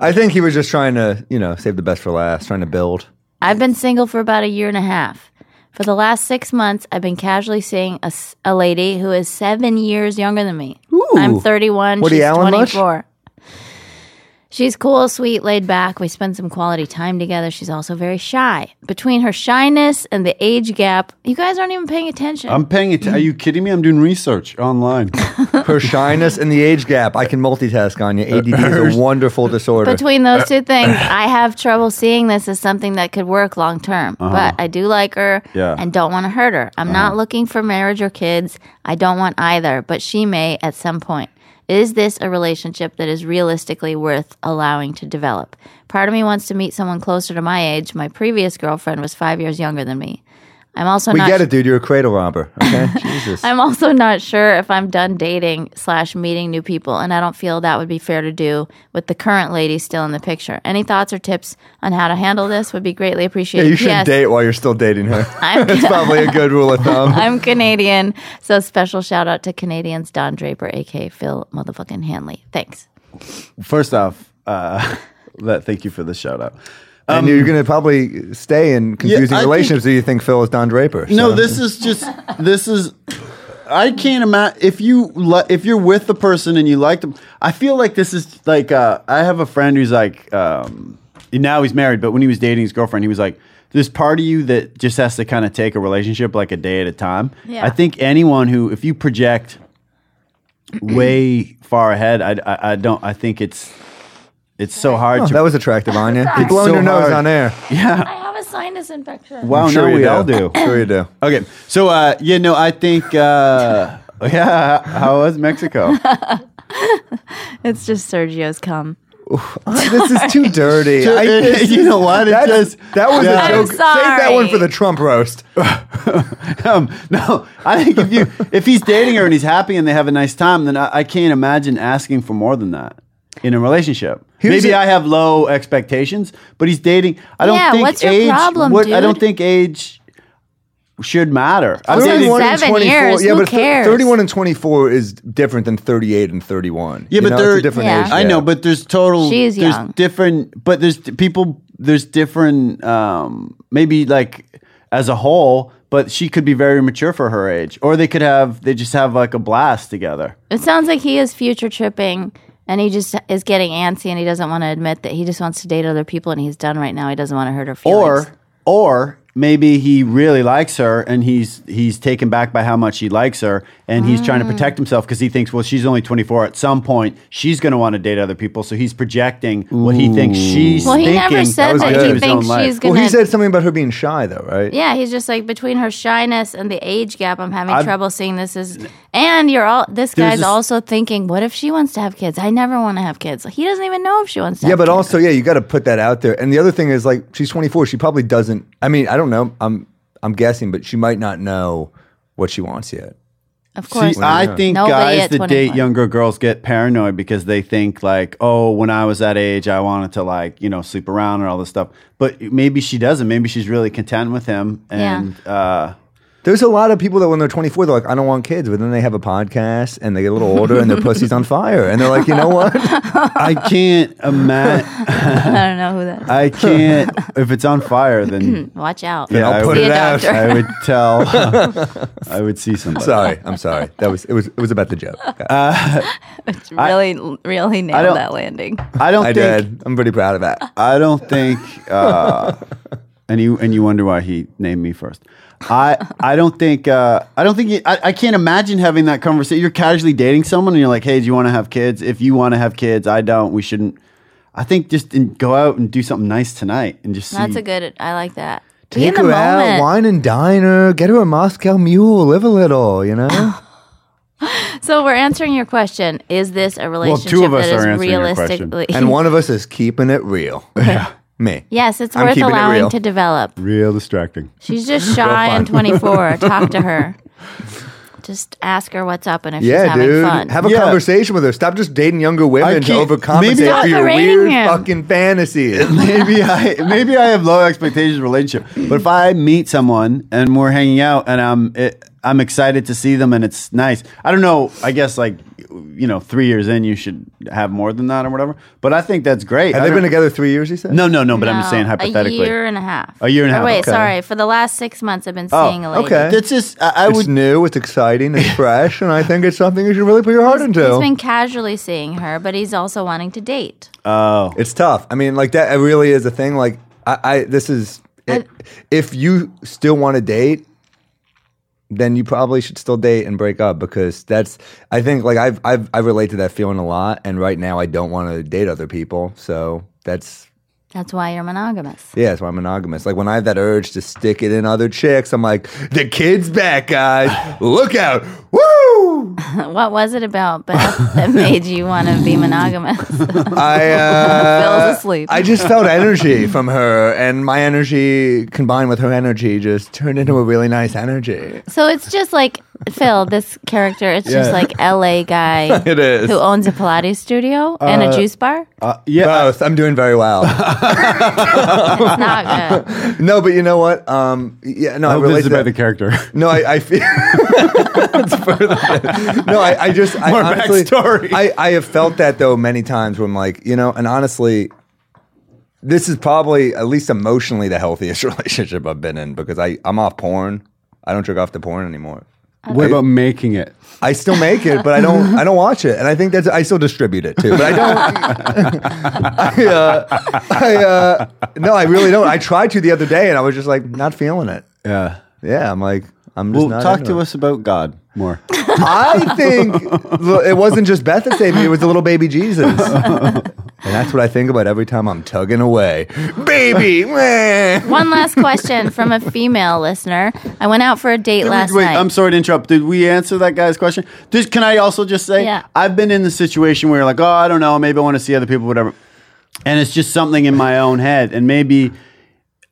Speaker 4: I think he was just trying to, you know, save the best for last, trying to build.
Speaker 2: I've been single for about a year and a half. For the last six months, I've been casually seeing a, s- a lady who is seven years younger than me. I'm 31.
Speaker 4: Woody
Speaker 2: she's
Speaker 4: Allen much?
Speaker 2: 24. She's cool, sweet, laid back. We spend some quality time together. She's also very shy. Between her shyness and the age gap, you guys aren't even paying attention.
Speaker 5: I'm paying it. Are you kidding me? I'm doing research online.
Speaker 4: Her shyness and the age gap. I can multitask on you. ADD is a wonderful disorder.
Speaker 2: Between
Speaker 4: Uh,
Speaker 2: those two things, I have trouble seeing this as something that could work long term.
Speaker 4: Uh-huh.
Speaker 2: But I do like her
Speaker 5: Yeah.
Speaker 2: and don't want to hurt her. I'm not looking for marriage or kids. I don't want either, but she may at some point. Is this a relationship that is realistically worth allowing to develop? Part of me wants to meet someone closer to my age. My previous girlfriend was five years younger than me. I'm also
Speaker 4: we
Speaker 2: not
Speaker 4: get it, dude. You're a cradle robber. Okay, Jesus.
Speaker 2: I'm also not sure if I'm done dating slash meeting new people, and I don't feel that would be fair to do with the current lady still in the picture. Any thoughts or tips on how to handle this would be greatly
Speaker 4: yeah,
Speaker 2: appreciated.
Speaker 4: you should
Speaker 2: P.S.
Speaker 4: date while you're still dating her.
Speaker 2: I'm-
Speaker 4: That's probably a good rule of thumb.
Speaker 2: I'm Canadian, so special shout out to Canadians Don Draper, aka Phil motherfucking Hanley. Thanks.
Speaker 5: First off, uh, that thank you for the shout out.
Speaker 4: and you're going to probably stay in confusing
Speaker 5: Um, I
Speaker 4: relationships. do you think Phil is Don Draper?
Speaker 5: No,
Speaker 4: So-
Speaker 5: this is just this is. I can't imagine if you li- if you're with the person and you like them. I feel like this is like uh, I have a friend who's like um, now he's married, but when he was dating his girlfriend, he was like this part of you that just has to kind of take a relationship like a day at a time.
Speaker 2: Yeah.
Speaker 5: I think anyone who if you project way far ahead, I, I, I don't. I think it's It's so hard to.
Speaker 4: That was attractive, Anya. You
Speaker 5: It's
Speaker 4: blown
Speaker 5: so
Speaker 4: your nose on
Speaker 5: hard.
Speaker 4: air.
Speaker 5: yeah.
Speaker 2: I have a sinus infection.
Speaker 5: Wow.
Speaker 4: I'm sure
Speaker 5: no,
Speaker 4: you
Speaker 5: we all do.
Speaker 4: Sure you do.
Speaker 5: Okay. So, uh, you know, I think, uh, yeah, how was Mexico?
Speaker 6: It's just Sergio's cum.
Speaker 5: Oh,
Speaker 4: this is too dirty. I- this
Speaker 5: you
Speaker 4: is-
Speaker 5: know what? It
Speaker 4: that,
Speaker 5: just-
Speaker 4: that was
Speaker 5: Yeah.
Speaker 4: a
Speaker 5: I'm
Speaker 4: joke. Save that one for
Speaker 2: sorry.
Speaker 4: the Trump roast.
Speaker 5: um, no, I think if you if he's dating her and he's happy and they have a nice time, then I, I can't imagine asking for more than that in a relationship.
Speaker 4: Here's
Speaker 5: Maybe
Speaker 4: a-
Speaker 5: I have low expectations, but he's dating. I don't
Speaker 2: Yeah,
Speaker 5: think
Speaker 2: what's your
Speaker 5: age.
Speaker 2: problem,
Speaker 5: I don't
Speaker 2: dude?
Speaker 5: think age should matter. I
Speaker 2: Also,
Speaker 5: think-
Speaker 2: seven years,
Speaker 4: Yeah,
Speaker 2: who
Speaker 4: but thir-
Speaker 2: cares?
Speaker 4: 31 and 24 is different than 38 and 31.
Speaker 5: Yeah,
Speaker 4: You
Speaker 5: but
Speaker 4: know,
Speaker 5: there,
Speaker 4: it's a different
Speaker 2: Yeah.
Speaker 4: age.
Speaker 5: I know, but there's total.
Speaker 2: She is
Speaker 5: there's
Speaker 2: young.
Speaker 5: different, but there's d- people. There's different. Um, maybe like as a whole, but she could be very mature for her age, or they could have. They just have like a blast together.
Speaker 2: It sounds like he is future tripping and he just is getting antsy and he doesn't want to admit that he just wants to date other people and he's done right now. He doesn't want to hurt her feelings.
Speaker 5: or or maybe he really likes her and he's he's taken back by how much he likes her and he's
Speaker 2: Mm.
Speaker 5: trying to protect himself because he thinks well she's only 24 at some point she's going to want to date other people so he's projecting what he thinks she's
Speaker 2: Well, he
Speaker 5: thinking
Speaker 2: never said
Speaker 4: was
Speaker 2: that,
Speaker 5: onto
Speaker 4: good.
Speaker 2: he
Speaker 5: his own
Speaker 2: thinks
Speaker 5: life.
Speaker 2: she's
Speaker 4: Well,
Speaker 2: going to.
Speaker 4: he said something about her being shy, though, right?
Speaker 2: Yeah, he's just like between her shyness and the age gap, I'm having trouble seeing this is and you're all this
Speaker 5: There's
Speaker 2: guy's
Speaker 5: this-
Speaker 2: also thinking, what if she wants to have kids? I never want to have kids. He doesn't even know if she wants to
Speaker 4: Yeah,
Speaker 2: have
Speaker 4: but
Speaker 2: kids.
Speaker 4: also, yeah, you got to put that out there. And the other thing is, like, she's 24. She probably doesn't. I mean, I don't know. I'm, I'm guessing, but she might not know what she wants yet.
Speaker 2: Of course.
Speaker 5: See, I think
Speaker 2: Nobody
Speaker 5: guys
Speaker 2: at
Speaker 5: that date
Speaker 2: 21.
Speaker 5: younger girls get paranoid because they think like, oh, when I was that age, I wanted to like, you know, sleep around and all this stuff. But maybe she doesn't. Maybe she's really content with him.
Speaker 2: Yeah.
Speaker 5: And uh,
Speaker 4: There's a lot of people that when they're 24, they're like, I don't want kids. But then they have a podcast and they get a little older and their pussy's on fire. And they're like, you know what?
Speaker 5: I can't imagine.
Speaker 2: I don't know who that is.
Speaker 5: I can't. If it's on fire, then
Speaker 2: Watch out.
Speaker 5: yeah,
Speaker 4: I'll
Speaker 5: I
Speaker 4: put
Speaker 5: would-
Speaker 4: it out.
Speaker 2: doctor.
Speaker 5: I would tell. I would see somebody.
Speaker 4: sorry. I'm sorry. That was, it was, it was about the joke.
Speaker 6: Really, really
Speaker 5: don't-
Speaker 6: nailed that landing.
Speaker 5: I don't
Speaker 4: I
Speaker 5: think.
Speaker 4: did. I'm pretty proud of that.
Speaker 5: I don't think. Uh, and you and you wonder why he named me first. I I don't think uh, I don't think you, I, I can't imagine having that conversation. You're casually dating someone and you're like, hey, do you want to have kids? If you want to have kids, I don't. We shouldn't. I think just in, go out and do something nice tonight and just see.
Speaker 2: That's a good I like that. Be in
Speaker 4: Take
Speaker 2: the
Speaker 4: her
Speaker 2: moment.
Speaker 4: out, wine and diner, get her a Moscow mule, live a little, you know?
Speaker 2: So we're answering your question. Is this a relationship
Speaker 5: two of us
Speaker 2: that is
Speaker 5: are answering your question.
Speaker 2: realistically
Speaker 4: and one of us is keeping it real. Me.
Speaker 2: Yes, it's
Speaker 4: I'm
Speaker 2: worth
Speaker 4: keeping it
Speaker 2: allowing
Speaker 4: real.
Speaker 2: to develop.
Speaker 5: real distracting.
Speaker 2: She's just shy and 24. Talk to her. Just ask her what's up and if she's
Speaker 4: Yeah,
Speaker 2: having
Speaker 4: dude.
Speaker 2: fun.
Speaker 4: Have a
Speaker 5: Yeah.
Speaker 4: conversation with her. Stop just dating younger women to
Speaker 5: can't- maybe-
Speaker 4: overcompensate
Speaker 5: Stop
Speaker 4: for your
Speaker 2: berating
Speaker 4: weird
Speaker 2: him.
Speaker 4: fucking fantasies.
Speaker 5: maybe I maybe I have low expectations of relationship. But if I meet someone and we're hanging out and I'm it, I'm excited to see them and it's nice. I don't know. I guess like you know, three years in, you should have more than that or whatever. But I think that's great.
Speaker 4: Have
Speaker 5: I
Speaker 4: they
Speaker 5: don't-
Speaker 4: been together three years, you said?
Speaker 5: No, no, no. But I'm just
Speaker 2: No,
Speaker 5: saying hypothetically.
Speaker 2: A year and a half.
Speaker 5: A year and a
Speaker 2: Or
Speaker 5: half,
Speaker 2: Oh, Wait,
Speaker 5: okay.
Speaker 2: sorry. For the last six months, I've been
Speaker 5: Oh,
Speaker 2: seeing a lady.
Speaker 4: okay.
Speaker 5: That's just I, I
Speaker 4: It's
Speaker 5: would.
Speaker 4: new, it's exciting, it's fresh, and I think it's something you should really put your heart into.
Speaker 2: He's been casually seeing her, but he's also wanting to date.
Speaker 4: It's tough. I mean, like that. It really is a thing. Like I, I this is it, if you still want to date, then you probably should still date and break up because that's. I think like I've I've I relate to that feeling a lot, and right now I don't want to date other people, so that's.
Speaker 2: That's why you're monogamous.
Speaker 4: Yeah, that's why I'm monogamous. Like when I have that urge to stick it in other chicks, I'm like, the kid's back, guys. Look out. Woo!
Speaker 2: what was it about Beth that made you want to be monogamous?
Speaker 4: I uh,
Speaker 6: Bill's asleep.
Speaker 4: I just felt energy from her, and my energy combined with her energy just turned into a really nice energy.
Speaker 2: so it's just like Phil, this character. It's just
Speaker 5: Yeah.
Speaker 2: like LA guy
Speaker 4: It is.
Speaker 2: who owns a Pilates studio and a juice bar.
Speaker 5: Uh, yeah,
Speaker 4: Both. I'm doing very well.
Speaker 2: It's not good.
Speaker 4: no, but you know what? Um, yeah, no, I,
Speaker 5: I hope
Speaker 4: relate
Speaker 5: this
Speaker 4: to
Speaker 5: is
Speaker 4: that.
Speaker 5: about the character.
Speaker 4: No, I, I feel. It's further than- no, I, I just I
Speaker 5: More
Speaker 4: honestly,
Speaker 5: backstory.
Speaker 4: I, I have felt that though many times when like you know, and honestly, this is probably at least emotionally the healthiest relationship I've been in because I I'm off porn. I don't jerk off to porn anymore.
Speaker 5: what about making it?
Speaker 4: I still make it, but I don't. I don't watch it, and I think that's. I still distribute it too, but I don't. I, uh, I, uh, no, I really don't. I tried to the other day, and I was just like not feeling it.
Speaker 5: Yeah.
Speaker 4: Yeah, I'm like, I'm just
Speaker 5: Well,
Speaker 4: not
Speaker 5: talk
Speaker 4: into
Speaker 5: to
Speaker 4: it.
Speaker 5: us about God more.
Speaker 4: I think l- it wasn't just Beth that saved me; it was the little baby Jesus. And that's what I think about every time I'm tugging away. Baby! meh.
Speaker 2: One last question from a female listener. I went out for a date
Speaker 5: Did we-
Speaker 2: last
Speaker 5: wait,
Speaker 2: night.
Speaker 5: I'm sorry to interrupt. Did we answer that guy's question? Just, can I also just say,
Speaker 2: Yeah.
Speaker 5: I've been in the situation where you're like, oh, I don't know, maybe I want to see other people, whatever. And it's just something in my own head. And maybe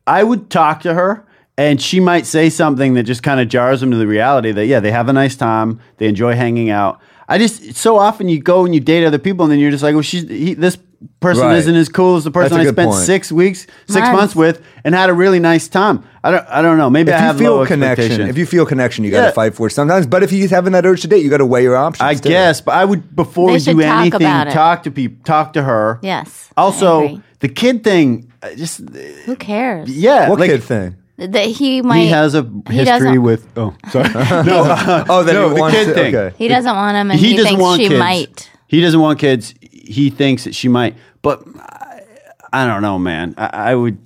Speaker 5: I would talk to her and she might say something that just kind of jars them to the reality that, yeah, they have a nice time, they enjoy hanging out. I just, so often you go and you date other people and then you're just like, well, she's, he, this person
Speaker 4: Right.
Speaker 5: isn't as cool as the person
Speaker 4: That's a
Speaker 5: I
Speaker 4: good
Speaker 5: spent
Speaker 4: point.
Speaker 5: six weeks, six months.
Speaker 2: Months.
Speaker 5: with and had a really nice time. I don't, I don't know. Maybe I
Speaker 4: If
Speaker 5: have
Speaker 4: you
Speaker 5: low
Speaker 4: feel connection,
Speaker 5: expectations.
Speaker 4: if you feel connection, you got to
Speaker 5: Yeah.
Speaker 4: fight for it sometimes. But if you're having that urge to date, you got to weigh your options.
Speaker 5: I
Speaker 4: too.
Speaker 5: guess, but I would before
Speaker 2: They
Speaker 5: we
Speaker 2: should
Speaker 5: do
Speaker 2: talk
Speaker 5: anything,
Speaker 2: about it.
Speaker 5: talk to people, talk to her.
Speaker 2: yes. I
Speaker 5: Also,
Speaker 2: agree.
Speaker 5: the kid thing, I just
Speaker 2: who cares?
Speaker 5: yeah,
Speaker 4: What
Speaker 5: like,
Speaker 4: kid thing?
Speaker 2: That he might.
Speaker 5: He has a
Speaker 2: he
Speaker 5: history
Speaker 2: doesn't-
Speaker 5: with. Oh, sorry. no, uh,
Speaker 4: Oh, that
Speaker 5: no,
Speaker 4: he
Speaker 5: the
Speaker 4: wants
Speaker 5: kid
Speaker 4: to-
Speaker 5: thing.
Speaker 4: okay.
Speaker 2: He doesn't want him, and he,
Speaker 5: doesn't
Speaker 2: thinks
Speaker 5: want
Speaker 2: she
Speaker 5: kids.
Speaker 2: might.
Speaker 5: He doesn't want kids. He thinks that she might, but I, I don't know, man. I, I would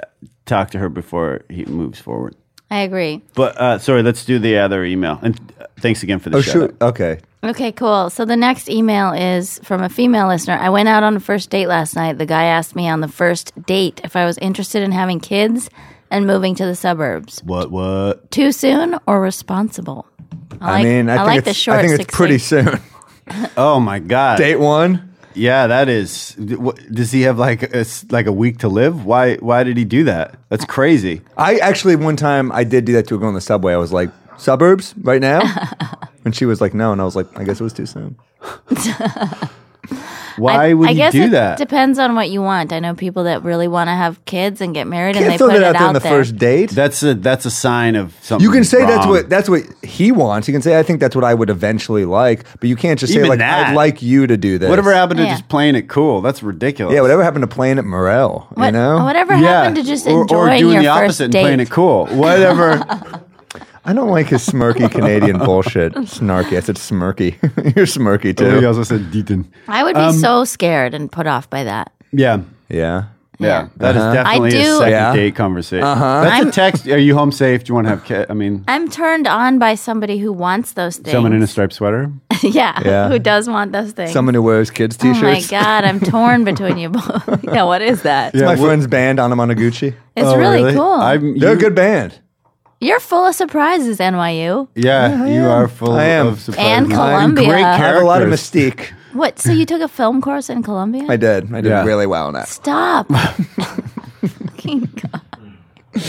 Speaker 5: uh, talk to her before he moves forward.
Speaker 2: I agree.
Speaker 5: But uh, sorry, let's do the other email. And uh, thanks again for the
Speaker 4: Oh,
Speaker 5: shout
Speaker 4: shoot.
Speaker 5: out.
Speaker 4: Okay.
Speaker 2: Okay, cool. So the next email is from a female listener. I went out on a first date last night. The guy asked me on the first date if I was interested in having kids and moving to the suburbs.
Speaker 5: What? What?
Speaker 2: Too soon or responsible? I,
Speaker 4: I
Speaker 2: like,
Speaker 4: mean, I, think
Speaker 2: like
Speaker 4: it's,
Speaker 2: the short.
Speaker 4: I think it's pretty
Speaker 2: succinct-
Speaker 4: soon.
Speaker 5: Oh my god!
Speaker 4: Date one.
Speaker 5: Yeah, that is. what- Does he have like a, s- like a week to live? Why why did he do that? That's crazy.
Speaker 4: I actually one time I did do that to a girl on the subway. I was like, "Suburbs, right now," and she was like, "No," and I was like, "I guess it was too soon."
Speaker 5: Why would
Speaker 2: I
Speaker 5: he
Speaker 2: guess
Speaker 5: do
Speaker 2: it
Speaker 5: that?
Speaker 2: Depends on what you want. I know people that really want to have kids and get married, and
Speaker 4: Can't
Speaker 2: they
Speaker 4: throw
Speaker 2: put
Speaker 4: that
Speaker 2: it
Speaker 4: out
Speaker 2: out,
Speaker 4: there on the
Speaker 2: there.
Speaker 4: first date.
Speaker 5: that's a that's a sign of something.
Speaker 4: you can say
Speaker 5: wrong.
Speaker 4: that's what that's what he wants. You can say, "I think that's what I would eventually like," but you can't just say
Speaker 5: Even
Speaker 4: like,
Speaker 5: that.
Speaker 4: "I'd like you to do this."
Speaker 5: Whatever happened to
Speaker 2: Yeah.
Speaker 5: just playing it cool? That's ridiculous.
Speaker 4: Yeah, whatever happened to playing at Morel?
Speaker 2: What-
Speaker 4: you know,
Speaker 2: whatever happened to just
Speaker 5: or,
Speaker 2: enjoying
Speaker 5: or
Speaker 2: your
Speaker 5: doing the
Speaker 2: first
Speaker 5: opposite
Speaker 2: date?
Speaker 5: and playing it cool. Whatever.
Speaker 4: I don't like his smirky Canadian bullshit. Snarky. I said smirky. You're smirky too.
Speaker 5: also said Deaton.
Speaker 2: I would be
Speaker 5: um,
Speaker 2: so scared and put off by that.
Speaker 5: Yeah.
Speaker 4: Yeah.
Speaker 5: Yeah, that is definitely
Speaker 2: I
Speaker 5: a
Speaker 2: do-
Speaker 5: second
Speaker 4: Yeah.
Speaker 5: date conversation. That's a text. Are you home safe? Do you want to have kids? I mean,
Speaker 2: I'm turned on by somebody who wants those things.
Speaker 5: someone in a striped sweater.
Speaker 2: yeah,
Speaker 4: Yeah.
Speaker 2: who does want those things?
Speaker 4: Someone who wears kids'
Speaker 2: Oh my
Speaker 4: t-shirts.
Speaker 2: god, I'm torn between you both. yeah, what is that?
Speaker 4: It's my
Speaker 5: Yeah, what- Oh,
Speaker 4: friend's band, Anamanaguchi.
Speaker 2: It's really, cool.
Speaker 5: I'm,
Speaker 4: They're a
Speaker 5: you-
Speaker 4: good band.
Speaker 2: You're full of surprises, NYU.
Speaker 5: Yeah, you are full
Speaker 4: I am.
Speaker 5: of surprises.
Speaker 2: And Columbia.
Speaker 5: Great
Speaker 2: I
Speaker 5: characters.
Speaker 4: I have a lot of mystique.
Speaker 2: What? So you took a film course in Columbia?
Speaker 4: I did. I did
Speaker 5: Yeah.
Speaker 4: really well in that.
Speaker 2: Stop. Fucking God.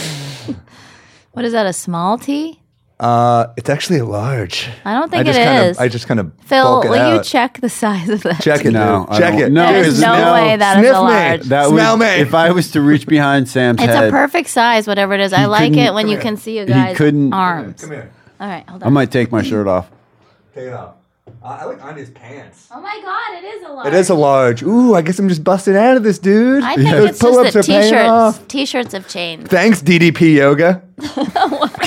Speaker 2: What is that? A small T?
Speaker 4: Uh, it's actually large.
Speaker 2: I don't think
Speaker 4: I just
Speaker 2: it
Speaker 4: kind
Speaker 2: is.
Speaker 4: Of, I just kind of
Speaker 2: Phil,
Speaker 4: bulk it
Speaker 2: will you
Speaker 4: out.
Speaker 2: check the size of that?
Speaker 4: Check it.
Speaker 5: No,
Speaker 4: dude.
Speaker 5: I
Speaker 4: check
Speaker 5: don't-
Speaker 4: it.
Speaker 5: no,
Speaker 4: Dude,
Speaker 5: There's
Speaker 2: There's no,
Speaker 5: no-
Speaker 2: way that is
Speaker 4: Sniff
Speaker 2: a
Speaker 4: me.
Speaker 2: large.
Speaker 5: That
Speaker 4: Smell
Speaker 5: would,
Speaker 4: me.
Speaker 5: If I was to reach behind Sam's
Speaker 2: it's
Speaker 5: head,
Speaker 2: a perfect size, whatever it is. I like
Speaker 5: couldn't-
Speaker 2: it when you can see a guy's
Speaker 5: couldn't-
Speaker 2: arms.
Speaker 4: Come here.
Speaker 2: All right, hold
Speaker 5: I
Speaker 2: on.
Speaker 5: might take my shirt off.
Speaker 4: Take it off. Uh, I like Anya's pants.
Speaker 2: oh my God, it is a large.
Speaker 4: It is a large. Ooh, I guess I'm just busting out of this, dude.
Speaker 2: I think
Speaker 4: Those
Speaker 2: it's just that
Speaker 4: pull-ups are paying
Speaker 2: t-shirts.
Speaker 4: off.
Speaker 2: T-shirts have changed.
Speaker 4: Thanks, DDP Yoga.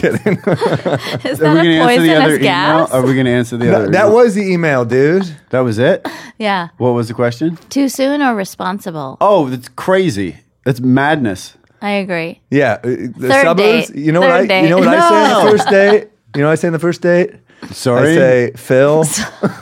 Speaker 2: Is
Speaker 5: Are
Speaker 2: that
Speaker 5: we
Speaker 2: a
Speaker 5: going to answer the other
Speaker 2: poisonous
Speaker 5: email?
Speaker 2: gas?
Speaker 5: Are we going to answer the other?
Speaker 4: That
Speaker 5: email?
Speaker 4: was the email, dude.
Speaker 5: that was it.
Speaker 2: yeah.
Speaker 5: What was the question?
Speaker 2: Too soon or responsible?
Speaker 5: Oh, that's crazy. That's madness.
Speaker 2: I agree.
Speaker 4: Yeah, uh, the
Speaker 2: Third
Speaker 4: suburbs.
Speaker 2: date.
Speaker 4: You know what
Speaker 2: Third
Speaker 4: I? You
Speaker 2: date.
Speaker 4: know what I say on
Speaker 5: No.
Speaker 4: the first date? You know what I say on the first date?
Speaker 5: Sorry.
Speaker 4: I say Phil.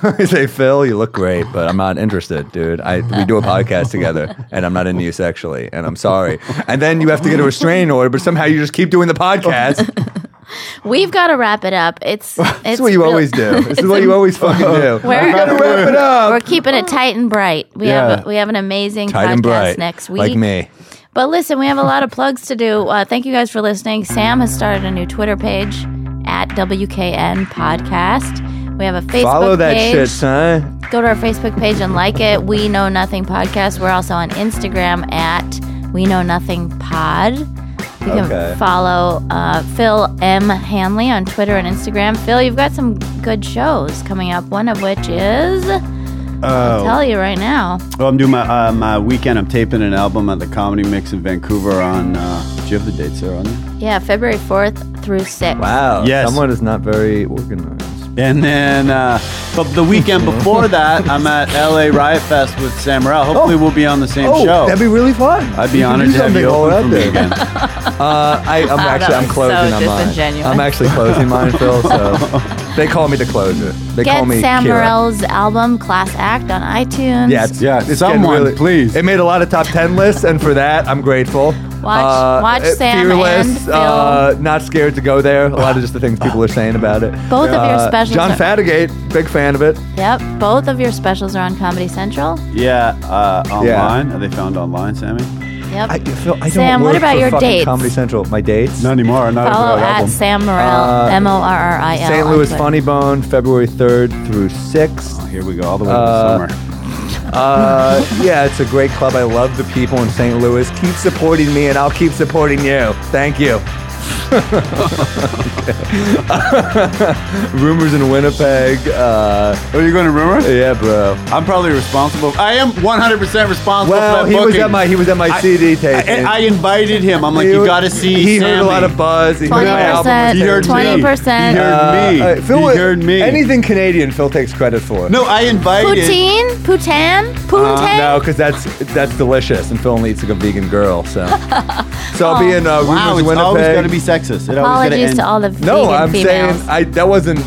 Speaker 4: I say Phil. You look great, but I'm not interested, dude. I we do a podcast together, and I'm not into you sexually, and I'm sorry. And then you have to get a restraining order, but somehow you just keep doing the podcast. That's
Speaker 2: We've got to wrap it up. It's it's
Speaker 4: what you
Speaker 2: real-
Speaker 4: always do. This is what you always fucking do.
Speaker 2: We're-
Speaker 4: We gotta wrap it
Speaker 2: We're
Speaker 4: up.
Speaker 2: keeping it tight and bright. We have
Speaker 5: Yeah.
Speaker 2: we have an amazing
Speaker 4: Oh. Tight
Speaker 2: podcast
Speaker 4: and bright,
Speaker 2: next week.
Speaker 4: like me.
Speaker 2: But listen, we have a lot of plugs to do. Uh, thank you guys for listening. Sam has started a new Twitter page at WKN Podcast. We have a Facebook
Speaker 4: Follow that
Speaker 2: page.
Speaker 4: shit, son.
Speaker 2: go to our Facebook page and like it. We Know Nothing Podcast. We're also on Instagram at We Know Nothing Pod. You can
Speaker 4: Okay.
Speaker 2: follow uh, Phil M. Hanley on Twitter and Instagram. Phil, you've got some good shows coming up, one of which is,
Speaker 4: Oh.
Speaker 2: I'll tell you right now,
Speaker 5: Well, I'm doing my uh, my weekend. I'm taping an album at the Comedy Mix in Vancouver on. Uh, do you have the dates there on you?
Speaker 2: yeah, February 4th through 6th.
Speaker 4: Wow.
Speaker 5: Yes.
Speaker 4: Someone is not very organized.
Speaker 5: And then, uh, but the weekend before that, I'm at LA Riot Fest with Sam Morril. Hopefully,
Speaker 4: Oh.
Speaker 5: we'll be on the same
Speaker 4: Oh,
Speaker 5: show.
Speaker 4: that'd be really fun.
Speaker 5: I'd
Speaker 4: We
Speaker 5: be
Speaker 4: could
Speaker 5: honored
Speaker 4: do
Speaker 5: to have
Speaker 4: something
Speaker 5: you
Speaker 4: while we're
Speaker 5: open for
Speaker 4: out
Speaker 5: me
Speaker 4: there.
Speaker 5: again.
Speaker 4: Uh, I, I'm actually I'm
Speaker 6: was
Speaker 4: closing
Speaker 6: so
Speaker 4: on mine.
Speaker 6: disingenuous.
Speaker 4: I'm actually closing mine, Phil. So they call me the closer. They call
Speaker 2: Get
Speaker 4: me
Speaker 2: Sam
Speaker 4: Kira.
Speaker 2: Morrill's album Class Act on iTunes.
Speaker 4: Yeah, it's,
Speaker 5: Yeah,
Speaker 4: it's
Speaker 5: someone,
Speaker 4: getting really-
Speaker 5: please.
Speaker 4: It made a lot of top ten lists, and for that, I'm grateful. Uh,
Speaker 2: Watch- watch
Speaker 4: it-
Speaker 2: Sam
Speaker 4: Fearless,
Speaker 2: and Phil.
Speaker 4: Uh, not scared to go there. A lot of just the things people are saying about it.
Speaker 2: Both of your
Speaker 4: Uh,
Speaker 2: specials.
Speaker 4: John
Speaker 2: are-
Speaker 4: Fatigate, big fan of it.
Speaker 2: Yep. Both of your specials are on Comedy Central.
Speaker 5: Yeah, uh,
Speaker 4: Yeah.
Speaker 5: online. Are they found online, Sammy?
Speaker 2: Yep.
Speaker 4: I, Phil, I
Speaker 2: Sam,
Speaker 4: don't
Speaker 2: what
Speaker 4: work
Speaker 2: about
Speaker 4: for
Speaker 2: your
Speaker 4: fucking
Speaker 2: dates?
Speaker 4: Comedy Central. My dates.
Speaker 5: Not anymore. Not
Speaker 2: Follow
Speaker 5: without
Speaker 2: at
Speaker 5: album.
Speaker 2: Sam Morril,
Speaker 4: Uh,
Speaker 2: M O R R I L.
Speaker 4: St.
Speaker 2: on
Speaker 4: Louis
Speaker 2: Twitter.
Speaker 4: Funny Bone, February 3rd through 6th.
Speaker 5: Oh, Here we go, all the way
Speaker 4: Uh,
Speaker 5: to the summer.
Speaker 4: Uh, yeah, it's a great club. I love the people in St. Louis. Keep supporting me, and I'll keep supporting you. Thank you. Rumors in Winnipeg. Uh,
Speaker 5: Oh, you're going to rumor?
Speaker 4: yeah, bro.
Speaker 5: I'm probably responsible. I am 100% responsible.
Speaker 4: Well,
Speaker 5: for that
Speaker 4: he was
Speaker 5: booking.
Speaker 4: at my he was at my
Speaker 5: I-
Speaker 4: CD
Speaker 5: I,
Speaker 4: taping.
Speaker 5: I invited him. I'm like, you
Speaker 4: He-
Speaker 5: got to see.
Speaker 4: He
Speaker 5: Sammy.
Speaker 4: heard a lot of buzz. He heard my album. was
Speaker 2: 20%.
Speaker 5: He heard
Speaker 4: taped.
Speaker 5: me.
Speaker 2: 20%.
Speaker 5: He heard me.
Speaker 4: Uh, uh, Phil,
Speaker 5: he heard me.
Speaker 4: Anything Canadian, Phil takes credit for.
Speaker 5: No, I invited.
Speaker 2: Poutine? Poutan? Poutan?
Speaker 4: Uh, No, because that's that's delicious, and Phil only eats like a vegan girl. So, so I'll be in uh,
Speaker 5: Oh, Wow,
Speaker 4: Rumors in
Speaker 5: it's always
Speaker 4: Winnipeg.
Speaker 5: got to be sexist. It always gotta
Speaker 2: Apologies
Speaker 5: end.
Speaker 2: to all the vegan
Speaker 4: No, I'm
Speaker 2: females.
Speaker 4: saying I that wasn't.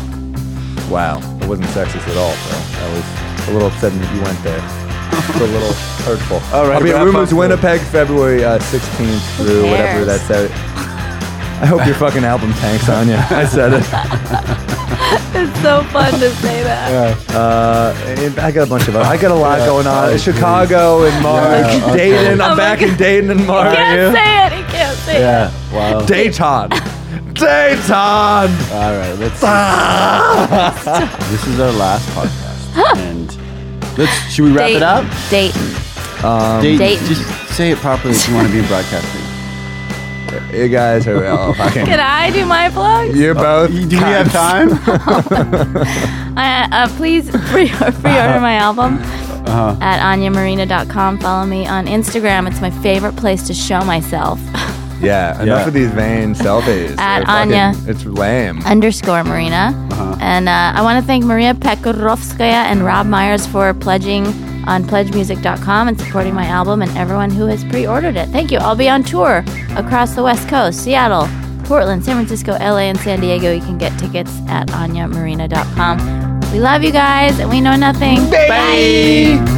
Speaker 4: Wow, that wasn't sexist at all. So I was a little upset that you went there. It's a little hurtful.
Speaker 5: All right,
Speaker 4: I'll be
Speaker 5: wrap
Speaker 4: at
Speaker 5: up.
Speaker 4: Rumors Winnipeg February uh, 16th through whatever
Speaker 2: cares?
Speaker 4: that's at. I hope your fucking album tanks on you. I said it.
Speaker 6: It's so fun to say that.
Speaker 4: Uh, and I got a bunch of. I got a lot going on. Chicago in March.
Speaker 5: Yeah, okay.
Speaker 4: Dayton. I'm
Speaker 6: Oh my
Speaker 4: back in
Speaker 6: God.
Speaker 4: Dayton in March.
Speaker 6: Can't say it. He can't say it.
Speaker 5: Yeah. Wow.
Speaker 4: Dayton. Dayton.
Speaker 5: All right. Let's.
Speaker 4: Ah.
Speaker 5: this is our last podcast, and let's. Should we wrap it up?
Speaker 2: Dayton.
Speaker 5: Dayton,
Speaker 2: Dayton.
Speaker 5: Um, Just say it properly if you want to be in broadcasting.
Speaker 4: You guys are all fucking.
Speaker 6: Can I do my plug?
Speaker 4: You're both.
Speaker 5: Do we have
Speaker 4: cunts.
Speaker 5: time?
Speaker 2: Uh, uh, please pre-
Speaker 4: Uh-huh.
Speaker 2: pre-order my album at anyamarina.com. Follow me on Instagram. It's my favorite place to show myself.
Speaker 4: Yeah, enough
Speaker 5: Yeah.
Speaker 4: of these vain selfies.
Speaker 2: At
Speaker 4: They're fucking-
Speaker 2: Anya.
Speaker 4: It's lame.
Speaker 2: Underscore Marina. And uh, I want to thank Maria Pekarovskaya and Rob Myers for pledging on pledgemusic.com and supporting my album and everyone who has pre-ordered it. Thank you. I'll be on tour across the West Coast, Seattle, Portland, San Francisco, LA, and San Diego. You can get tickets at anyamarina.com. We love you guys and we know nothing. Bye.